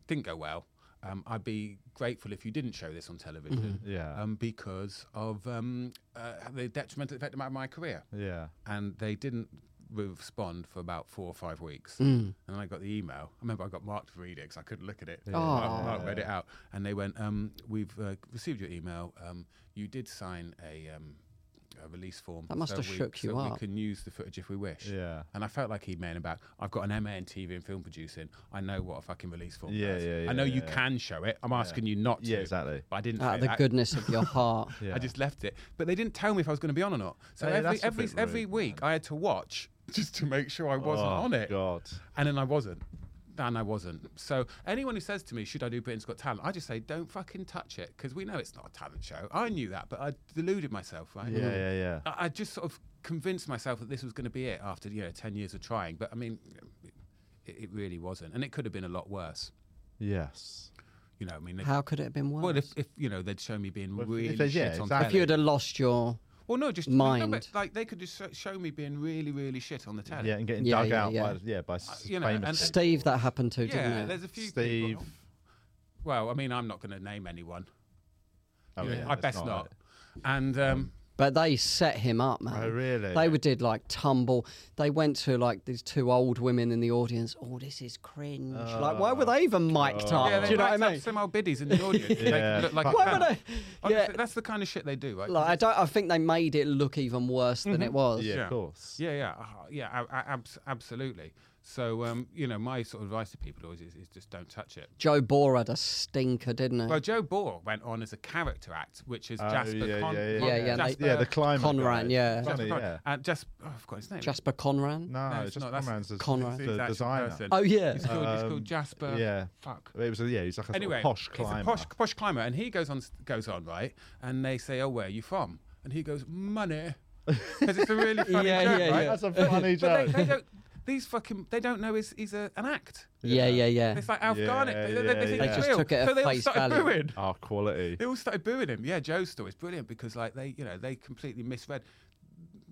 Speaker 6: didn't go well. Um, I'd be grateful if you didn't show this on television
Speaker 4: Yeah.
Speaker 6: um, because of um, uh, the detrimental effect of my career.
Speaker 4: Yeah.
Speaker 6: And they didn't respond for about four or five weeks.
Speaker 5: Mm.
Speaker 6: And I got the email. I remember I got marked for reading because I couldn't look at it.
Speaker 5: Oh.
Speaker 6: Mark, Mark read it out. And they went, um, we've uh, received your email. Um, you did sign a, um, a release form.
Speaker 5: That must
Speaker 6: so
Speaker 5: have
Speaker 6: we-
Speaker 5: shook you
Speaker 6: so
Speaker 5: up.
Speaker 6: We can use the footage if we wish.
Speaker 4: Yeah.
Speaker 6: And I felt like he'd made about, I've got an MA in TV and film producing. I know what a fucking release form
Speaker 4: Yeah,
Speaker 6: does.
Speaker 4: yeah, yeah,
Speaker 6: I know you
Speaker 4: yeah.
Speaker 6: can show it. I'm asking you not to.
Speaker 4: Yeah, exactly.
Speaker 6: But I didn't
Speaker 5: out
Speaker 6: say
Speaker 5: of Ah, the
Speaker 6: that.
Speaker 5: goodness of your heart.
Speaker 4: Yeah.
Speaker 6: I just left it. But they didn't tell me if I was going to be on or not. So
Speaker 4: Hey,
Speaker 6: every
Speaker 4: that's a
Speaker 6: every
Speaker 4: bit
Speaker 6: every
Speaker 4: rude,
Speaker 6: week I had to watch [LAUGHS] just to make sure I wasn't
Speaker 4: Oh,
Speaker 6: on it.
Speaker 4: God.
Speaker 6: And then I wasn't. And I wasn't. So anyone who says to me, "Should I do Britain's Got Talent?" I just say, "Don't fucking touch it," because we know it's not a talent show. I knew that, but I deluded myself, right?
Speaker 4: Yeah. Yeah. Yeah.
Speaker 6: I, I just sort of convinced myself that this was going to be it after you know ten years of trying. But I mean, it, it really wasn't, and it could have been a lot worse.
Speaker 4: Yes.
Speaker 6: You know, I mean, they-
Speaker 5: How could it have been worse?
Speaker 6: well, if, if you know they'd shown me being
Speaker 4: Well, if- if
Speaker 6: really
Speaker 4: they- yeah,
Speaker 6: shit on
Speaker 4: exactly.
Speaker 5: if
Speaker 6: telly.
Speaker 5: you would have lost your
Speaker 6: Well, no, just
Speaker 5: Mind.
Speaker 6: no, but, like they could just sho- show me being really, really shit on the telly.
Speaker 4: Yeah, and getting
Speaker 5: Yeah,
Speaker 4: dug
Speaker 5: yeah,
Speaker 4: out
Speaker 5: yeah.
Speaker 4: by yeah by s-
Speaker 6: Uh, you know,
Speaker 4: famous
Speaker 6: and-
Speaker 4: people.
Speaker 5: Steve that happened to,
Speaker 6: Yeah,
Speaker 5: didn't it?
Speaker 6: there's a few.
Speaker 4: Steve.
Speaker 6: people- Well, I mean, I'm not going to name anyone.
Speaker 4: Oh,
Speaker 6: You know,
Speaker 4: yeah,
Speaker 6: I
Speaker 4: that's
Speaker 6: best not. And um,
Speaker 5: But they set him up, man.
Speaker 4: Oh, really?
Speaker 5: They were did like tumble. They went to like these two old women in the audience. Oh, this is cringe. like, why were they even mic'd up?
Speaker 6: Oh, yeah,
Speaker 5: Oh. Do
Speaker 6: they
Speaker 5: you know what
Speaker 6: mic'd
Speaker 5: I
Speaker 6: up
Speaker 5: mean?
Speaker 6: some old biddies in the audience.
Speaker 4: Yeah.
Speaker 6: They look like a
Speaker 4: Why
Speaker 5: would [LAUGHS]
Speaker 6: panel.
Speaker 5: I-
Speaker 6: Honestly,
Speaker 5: yeah.
Speaker 6: that's the kind of shit they do, right?
Speaker 5: Like, I don't. I think they made it look even worse than it was.
Speaker 4: Yeah,
Speaker 6: Mm-hmm. Yeah.
Speaker 4: of course.
Speaker 6: Yeah, yeah, uh, yeah, a- a- abs- absolutely. So, um, you know, my sort of advice to people always is, is just don't touch it.
Speaker 5: Joe Bohr had a stinker, didn't he?
Speaker 6: Well, Joe Bohr went on as a character act, which is
Speaker 4: Oh,
Speaker 6: Jasper
Speaker 4: yeah,
Speaker 6: Con-
Speaker 4: yeah, yeah.
Speaker 6: Con-
Speaker 5: Yeah, yeah, and they-
Speaker 6: Jasper,
Speaker 4: Yeah, the climate.
Speaker 5: Conran,
Speaker 4: guy.
Speaker 5: yeah.
Speaker 6: Jasper
Speaker 4: Funny,
Speaker 6: Con-
Speaker 4: yeah.
Speaker 6: and Jas- oh, I've forgotten his name.
Speaker 5: Jasper Conran.
Speaker 4: No,
Speaker 6: No,
Speaker 4: it's
Speaker 6: it's
Speaker 4: just
Speaker 6: not, that's-
Speaker 4: Conran's the,
Speaker 5: Conran.
Speaker 6: It's
Speaker 4: the
Speaker 6: actual
Speaker 4: designer.
Speaker 6: person.
Speaker 5: Oh yeah.
Speaker 6: He's called, he's
Speaker 4: Um,
Speaker 6: called Jasper.
Speaker 4: yeah.
Speaker 6: Fuck.
Speaker 4: It was a, yeah, he's like a sort of
Speaker 6: Anyway,
Speaker 4: posh
Speaker 6: he's
Speaker 4: climber.
Speaker 6: a posh, posh climber, and he goes on, goes on, right? And they say, "Oh, where are you from?" And he goes,
Speaker 4: [LAUGHS]
Speaker 6: "Money," because it's a really funny
Speaker 5: Yeah,
Speaker 6: joke,
Speaker 5: yeah,
Speaker 6: right?
Speaker 5: yeah.
Speaker 4: That's a funny
Speaker 6: But they,
Speaker 4: joke.
Speaker 6: they don't. These fucking they don't know he's, he's a, an act.
Speaker 5: Yeah, yeah, yeah.
Speaker 6: It's like Alf
Speaker 4: Yeah,
Speaker 6: Garnett. They, they- they
Speaker 4: yeah,
Speaker 6: think
Speaker 4: They
Speaker 6: it's
Speaker 5: just
Speaker 6: real.
Speaker 5: took it at
Speaker 6: so they
Speaker 5: face
Speaker 6: all started
Speaker 5: value.
Speaker 6: booing.
Speaker 4: Our quality.
Speaker 6: They all started booing him. Yeah, Joe's story's brilliant because like they, you know, they completely misread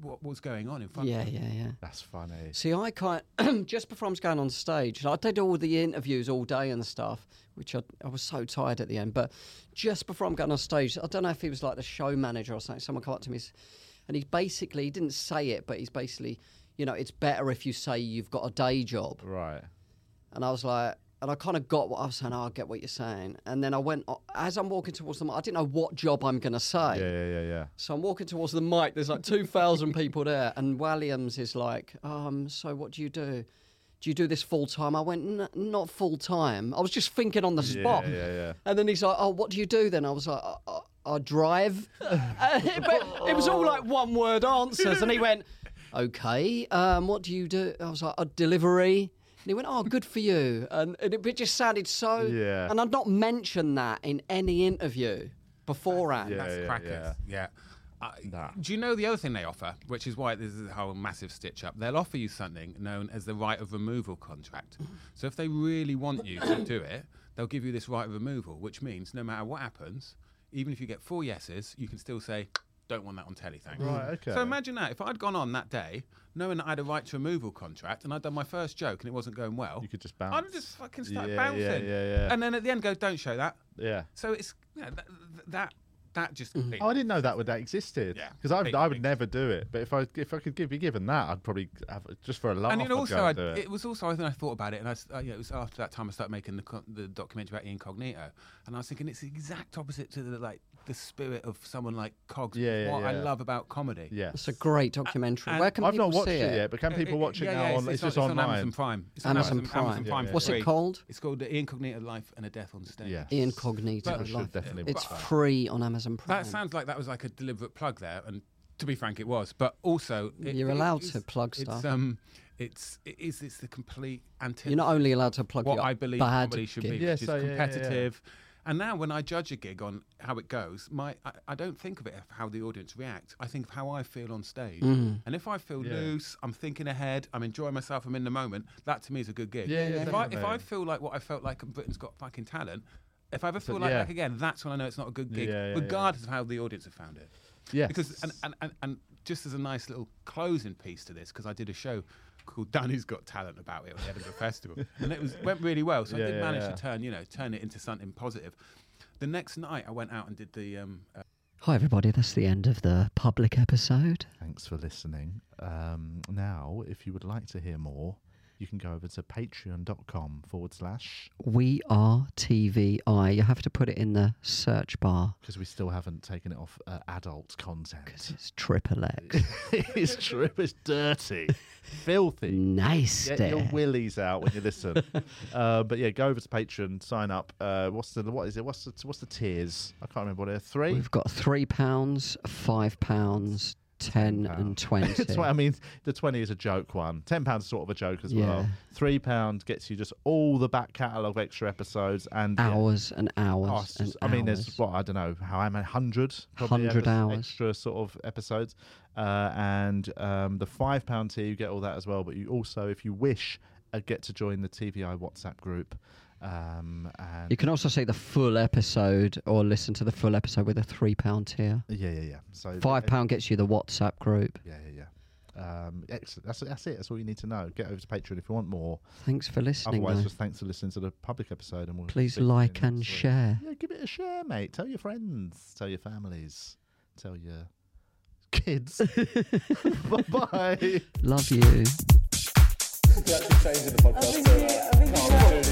Speaker 6: what was going on in front.
Speaker 5: Yeah,
Speaker 6: of them.
Speaker 5: yeah, yeah.
Speaker 4: That's funny.
Speaker 5: See, I can't. [CLEARS THROAT] just before I was going on stage, I did all the interviews all day and stuff, which I, I was so tired at the end. But just before I'm going on stage, I don't know if he was like the show manager or something. Someone came up to me s- and he basically he didn't say it, but he's basically, you know, it's better if you say you've got a day job.
Speaker 4: Right.
Speaker 5: And I was like, and I kind of got what I was saying. Oh, I get what you're saying. And then I went o- as I'm walking towards the mic. I didn't know what job I'm going to say.
Speaker 4: Yeah, yeah, yeah, yeah.
Speaker 5: So I'm walking towards the mic. There's like 2,000 people there, and Williams is like, um, "So what do you do? Do you do this full time?" I went, N- "Not full time. I was just thinking on the spot."
Speaker 4: yeah, yeah.
Speaker 5: And then he's like, "Oh, what do you do then?" I was like, "I, I,
Speaker 4: [LAUGHS]
Speaker 5: I drive," [LAUGHS] but it was all like one word answers. And he went, "Okay, um, what do you do?" I was like, "A delivery." And he went, "Oh, good for you," and, and it, it just sounded so.
Speaker 4: Yeah.
Speaker 5: And I'd not mentioned that in any interview beforehand.
Speaker 4: Yeah,
Speaker 6: That's
Speaker 4: yeah,
Speaker 6: crackers. Yeah. Uh, Do you know the other thing they offer, which is why this is a whole massive stitch up? They'll offer you something known as the right of removal contract. So if they really want you to do it, they'll give you this right of removal, which means no matter what happens, even if you get four yeses, you can still say, don't want that on telly, thanks.
Speaker 4: Right, okay.
Speaker 6: So imagine that if I'd gone on that day, knowing that I had a right to removal contract, and I'd done my first joke and it wasn't going well,
Speaker 4: You could just
Speaker 6: I'd
Speaker 4: bounce.
Speaker 6: just fucking start
Speaker 4: Yeah, yeah,
Speaker 6: bouncing,
Speaker 4: yeah, yeah.
Speaker 6: and then at the end go, "Don't show that."
Speaker 4: yeah.
Speaker 6: So it's you know, that, that that just
Speaker 5: Mm-hmm.
Speaker 4: Oh, I didn't know that would that existed.
Speaker 6: Yeah.
Speaker 4: Because I,
Speaker 6: Big,
Speaker 4: I would
Speaker 6: big.
Speaker 4: never do it. But if I if I could give, be given that, I'd probably have just for a laugh.
Speaker 6: and it
Speaker 4: I'd
Speaker 6: also
Speaker 4: go
Speaker 6: I,
Speaker 4: and do
Speaker 6: it. was also I think I thought about it and I, s- uh, you know, it was after that time I started making the, co- the documentary about Incognito and I was thinking it's the exact opposite to the like the spirit of someone like Cogs
Speaker 4: Yeah, yeah,
Speaker 6: what I
Speaker 4: yeah.
Speaker 6: love about comedy
Speaker 4: Yeah.
Speaker 5: It's a great documentary.
Speaker 6: and
Speaker 5: Where can
Speaker 4: I've
Speaker 5: people
Speaker 4: not watched
Speaker 5: see
Speaker 4: it,
Speaker 5: it?
Speaker 4: yet, but can
Speaker 6: Uh,
Speaker 4: people watch it,
Speaker 6: yeah,
Speaker 4: now?
Speaker 6: yeah,
Speaker 4: on, it's, just
Speaker 6: on,
Speaker 4: online.
Speaker 6: It's on Amazon Prime it's on
Speaker 5: Amazon
Speaker 6: Amazon,
Speaker 5: Prime.
Speaker 6: Amazon
Speaker 5: Yeah,
Speaker 6: Prime
Speaker 4: yeah,
Speaker 6: for
Speaker 5: What's it
Speaker 6: free.
Speaker 5: called?
Speaker 6: it's called The Incognito Life and a Death on Stage
Speaker 4: Yes.
Speaker 5: Incognito.
Speaker 6: But-
Speaker 5: I
Speaker 4: should
Speaker 5: like that.
Speaker 4: definitely
Speaker 5: It's
Speaker 4: watch that.
Speaker 5: free on Amazon Prime.
Speaker 6: that sounds like that was like a deliberate plug there and to be frank it was but also it-
Speaker 5: You're
Speaker 6: it
Speaker 5: allowed
Speaker 6: is-
Speaker 5: to plug
Speaker 6: it's
Speaker 5: stuff.
Speaker 6: um it's it is it's the complete antithesis
Speaker 5: You're not only allowed to plug
Speaker 6: what
Speaker 5: your
Speaker 6: I believe
Speaker 5: bad
Speaker 6: comedy should
Speaker 5: gig.
Speaker 6: be,
Speaker 4: Yeah,
Speaker 6: which
Speaker 4: so, yeah,
Speaker 6: is
Speaker 4: yeah, yeah.
Speaker 6: competitive. And now, when I judge a gig on how it goes, my I, I don't think of it of how the audience react. I think of how I feel on stage.
Speaker 5: Mm.
Speaker 6: And if I feel
Speaker 4: Yeah.
Speaker 6: loose, I'm thinking ahead, I'm enjoying myself, I'm in the moment. That to me is a good gig.
Speaker 4: Yeah, yeah,
Speaker 6: if, I, if
Speaker 4: definitely.
Speaker 6: I feel like what I felt like on Britain's Got Fucking Talent, If I ever feel
Speaker 4: So,
Speaker 6: like
Speaker 4: yeah.
Speaker 6: that again, that's when I know it's not a good gig,
Speaker 4: Yeah, yeah, yeah.
Speaker 6: regardless of how the audience have found it.
Speaker 4: Yes.
Speaker 6: Because and, and, and, and just as a nice little closing piece to this, because I did a show called Danny's Got Talent about it at the Edinburgh Festival, and it was went really well. So
Speaker 4: Yeah,
Speaker 6: I did
Speaker 4: yeah,
Speaker 6: manage
Speaker 4: yeah.
Speaker 6: to turn you know turn it into something positive. The next night, I went out and did the um, uh,
Speaker 5: Hi, everybody. That's the end of the public episode.
Speaker 4: Thanks for listening. Um, now, if you would like to hear more, you can go over to patreon.com forward slash
Speaker 5: We are TVI. You have to put it in the search bar
Speaker 4: because we still haven't taken it off uh, adult content.
Speaker 5: it's triple X.
Speaker 4: [LAUGHS] it's true. It's dirty, filthy.
Speaker 5: nice
Speaker 4: Get
Speaker 5: day.
Speaker 4: your willies out when you
Speaker 5: [LAUGHS]
Speaker 4: listen. uh, but yeah, go over to Patreon, sign up. Uh, what's the what is it? What's the what's the tiers? I can't remember what they're three.
Speaker 5: We've got three pounds, five pounds, ten
Speaker 4: [LAUGHS]
Speaker 5: and twenty.
Speaker 4: That's what I mean. The twenty is a joke one. Ten pounds is sort of a joke as well.
Speaker 5: Yeah.
Speaker 4: Three pound gets you just all the back catalogue of extra episodes and yeah,
Speaker 5: hours and hours
Speaker 4: Oh, it's
Speaker 5: and
Speaker 4: just- I mean,
Speaker 5: hours.
Speaker 4: there's what I don't know how I'm at hundred,
Speaker 5: 100 hours.
Speaker 4: extra sort of episodes, uh, and um, the five pound tier you get all that as well. But you also, if you wish, uh, get to join the TVI WhatsApp group. Um, and
Speaker 5: You can also see the full episode or listen to the full episode with a three pound tier.
Speaker 4: yeah, yeah, yeah. So
Speaker 5: Five pound gets you the WhatsApp group.
Speaker 4: Yeah, yeah, yeah. Um, excellent. That's that's it. That's all you need to know. Get over to Patreon if you want more.
Speaker 5: Thanks for listening.
Speaker 4: Otherwise,
Speaker 5: though.
Speaker 4: just thanks for listening to the public episode, and we'll
Speaker 5: Please
Speaker 4: speak to you
Speaker 5: like
Speaker 4: next
Speaker 5: and
Speaker 4: week.
Speaker 5: share.
Speaker 4: Yeah, give it a share, mate. Tell your friends. Tell your families. Tell your kids. [LAUGHS] bye bye.
Speaker 5: Love you.
Speaker 1: We're actually changing the podcast.
Speaker 2: I think you, I think you know.